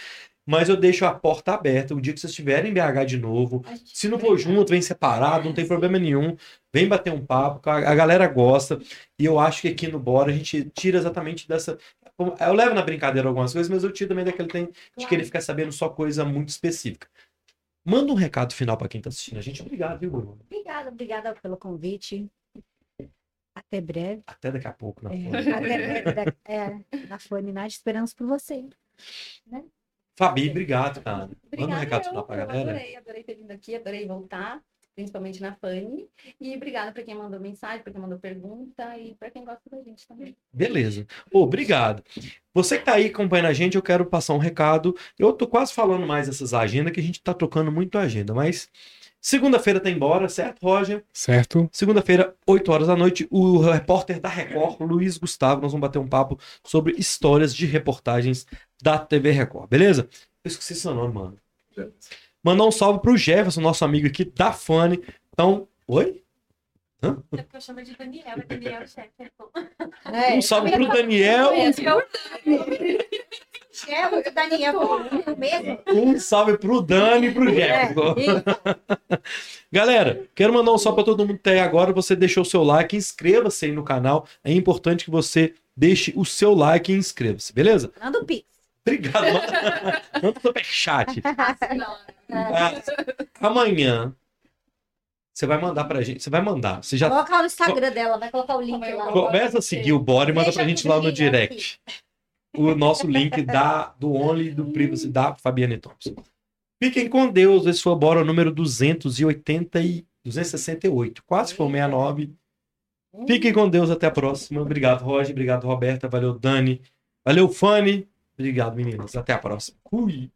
Mas eu deixo a porta aberta. O dia que vocês estiverem em BH de novo, A gente se não vai for lá. junto, vem separado, não tem problema nenhum. Vem bater um papo, que a a galera gosta. E eu acho que aqui no Bora a gente tira exatamente dessa. Eu levo na brincadeira algumas coisas, mas eu tiro também daquele tem de Claro. querer ficar sabendo só coisa muito específica. Manda um recado final pra quem tá assistindo a gente. Obrigado, viu, Bruno? Obrigada, obrigada pelo convite. Até breve. Até daqui a pouco na É, Folha. até breve da- é, na Fone Night, esperamos por você. Fabi, obrigado, cara. Manda um Obrigada, recado eu, final pra eu galera. adorei, adorei ter vindo aqui, adorei voltar. principalmente na Fanny. E obrigada para quem mandou mensagem, para quem mandou pergunta e para quem gosta da gente também. Beleza. Ô, obrigado. Você que tá aí acompanhando a gente, eu quero passar um recado. Eu tô quase falando mais dessas agendas, que a gente tá tocando muito a agenda, mas segunda-feira tá embora, certo, Roger? Certo? Segunda-feira, 8 horas da noite, o repórter da Record, Luiz Gustavo, nós vamos bater um papo sobre histórias de reportagens da TV Record, beleza? Eu esqueci seu nome, mano. Mandar um salve pro Jefferson, nosso amigo aqui da Fane. Então, oi? É porque eu chamo de Daniel, é Daniel Chefe. É, Um salve pro Daniel. Michel, É, o Daniel falou mesmo. Um salve pro Dani e pro Jefferson. Galera, quero mandar um salve pra todo mundo até agora. Você deixou o seu like, inscreva-se aí no canal. É importante que você deixe o seu like e inscreva-se, beleza? Manda o pix. Obrigado. Manda superchat. Ah, Amanhã você vai mandar pra gente. Você vai mandar. Você já Coloca lá no Instagram dela, vai colocar o link lá. começa a seguir o bora e manda Deixa pra gente lá no comigo aqui. direct. O nosso link da, do Only do Privacy da Fabiane Thompson. Fiquem com Deus. Esse foi o bora número 280 e 268. Quase foi o 69. Fiquem com Deus. Até a próxima. Obrigado, Roger. Obrigado, Roberta. Valeu, Dani. Valeu, Fanny. Obrigado, meninas. Até a próxima. Fui.